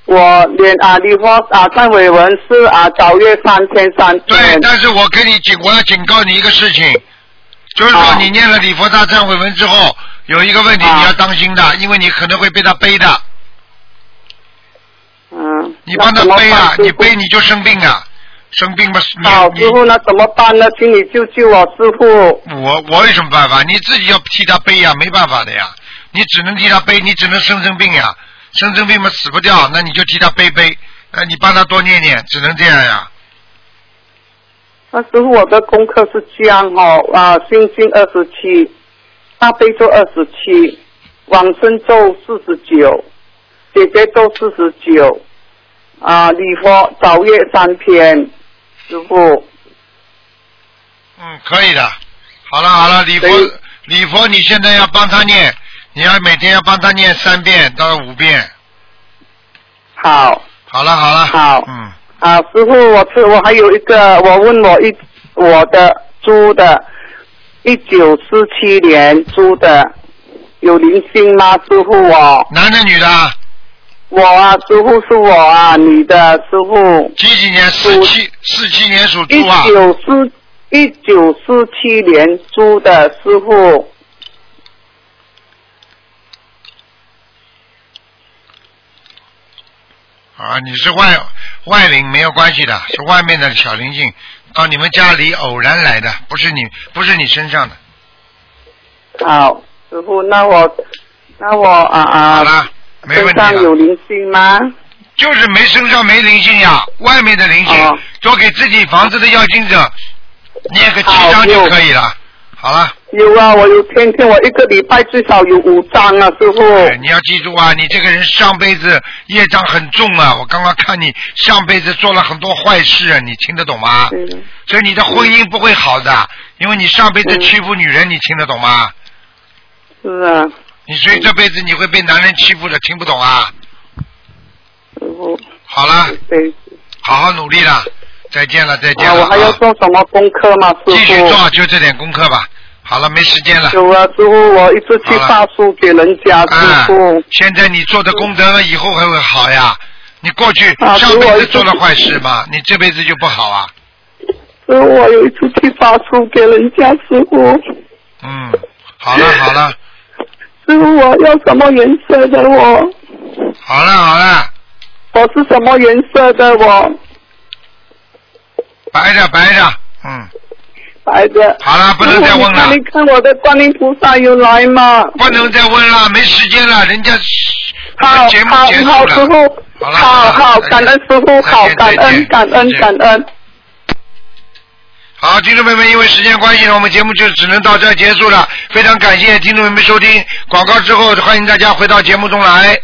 [SPEAKER 9] 我连啊，你说啊，忏悔文是啊，早月三千三天。
[SPEAKER 1] 对，但是我跟你警，我要警告你一个事情，就是说你念了礼佛大忏悔文之后，有一个问题你要当心的，因为你可能会被他背的。
[SPEAKER 9] 嗯。
[SPEAKER 1] 你帮他背啊，你背你就生病啊，生病吧。
[SPEAKER 9] 好，师傅，那怎么办呢？请你救救我，师傅。
[SPEAKER 1] 我我有什么办法？你自己要替他背呀、没办法的呀，你只能替他背，你只能生生病呀、生生病嘛死不掉，那你就替他背背，那你帮他多念念，只能这样呀、
[SPEAKER 9] 那师傅，我的功课是这样哦，啊，心经二十七，大悲咒二十七，往生咒四十九，姐姐咒四十九，啊，礼佛早月三篇，师傅。
[SPEAKER 1] 嗯，可以的。好了好了，礼佛礼佛，你现在要帮他念，你要每天要帮他念三遍到五遍。
[SPEAKER 9] 好。
[SPEAKER 1] 好了好了。
[SPEAKER 9] 好。
[SPEAKER 1] 嗯。
[SPEAKER 9] 啊，师傅，我是我还有一个，我问我一我的猪的，一九四七年猪的，有灵性吗？师傅我。
[SPEAKER 1] 男的女的？
[SPEAKER 9] 我啊，师傅是我啊，你的师傅。
[SPEAKER 1] 几几年？四七四七年属
[SPEAKER 9] 一
[SPEAKER 1] 猪啊。
[SPEAKER 9] 九四一九四七年猪的师傅，
[SPEAKER 1] 啊，你是外外灵没有关系的，是外面的小灵性到你们家里偶然来的，不是你不是你身上的。
[SPEAKER 9] 好，师傅，那我那我啊
[SPEAKER 1] 好
[SPEAKER 9] 啊，
[SPEAKER 1] 了，没问
[SPEAKER 9] 身
[SPEAKER 1] 题
[SPEAKER 9] 上
[SPEAKER 1] 了。
[SPEAKER 9] 有灵啊性吗？
[SPEAKER 1] 就是没身上没灵性呀，外面的灵
[SPEAKER 9] 哦啊
[SPEAKER 1] 性，多给自己房子的要经者念个七章就可以了。好了，
[SPEAKER 9] 有啊，我有天天我一个礼拜至少有五张啊，师傅。
[SPEAKER 1] 哎你要记住啊，你这个人上辈子业障很重啊！我刚刚看你上辈子做了很多坏事啊，你听得懂吗？所以你的婚姻不会好的，因为你上辈子欺负女人，你听得懂吗？
[SPEAKER 9] 嗯是啊，
[SPEAKER 1] 你所以这辈子你会被男人欺负的，听不懂啊？
[SPEAKER 9] 师傅。
[SPEAKER 1] 好了，
[SPEAKER 9] 嗯对。
[SPEAKER 1] 好好努力了，再见了，再见
[SPEAKER 9] 啊，
[SPEAKER 1] 了。
[SPEAKER 9] 我还要做什么功课吗，师傅？
[SPEAKER 1] 继续做，就这点功课吧。好了，没时间了。
[SPEAKER 9] 有啊，师傅，我一直去发书给人家，师
[SPEAKER 1] 啊
[SPEAKER 9] 傅。
[SPEAKER 1] 现在你做的功德，以后还会好呀。你过去
[SPEAKER 9] 啊
[SPEAKER 1] 上
[SPEAKER 9] 如
[SPEAKER 1] 辈
[SPEAKER 9] 果
[SPEAKER 1] 子做了坏事嘛，你这辈子就不好啊。
[SPEAKER 9] 师傅，我有一次去发书给人家，师傅。
[SPEAKER 1] 嗯，好了好了
[SPEAKER 9] 师傅，我要什么颜色的我？
[SPEAKER 1] 好了好了，
[SPEAKER 9] 我是什么颜色的我？
[SPEAKER 1] 白的白的，嗯，
[SPEAKER 9] 白的。
[SPEAKER 1] 好了，不能再问了
[SPEAKER 9] 那你看我的观音菩萨有来吗？
[SPEAKER 1] 不能再问了，没时间了，人家
[SPEAKER 9] 好，
[SPEAKER 1] 节目
[SPEAKER 9] 好，
[SPEAKER 1] 结束
[SPEAKER 9] 好，师
[SPEAKER 1] 了。
[SPEAKER 9] 傅，
[SPEAKER 1] 好了
[SPEAKER 9] 好好，
[SPEAKER 1] 再见
[SPEAKER 9] 感恩师傅，好，感恩，感恩，感恩。
[SPEAKER 1] 好，听众朋友们，因为时间关系呢，我们节目就只能到这儿结束了。非常感谢听众朋友们收听广告之后，欢迎大家回到节目中来。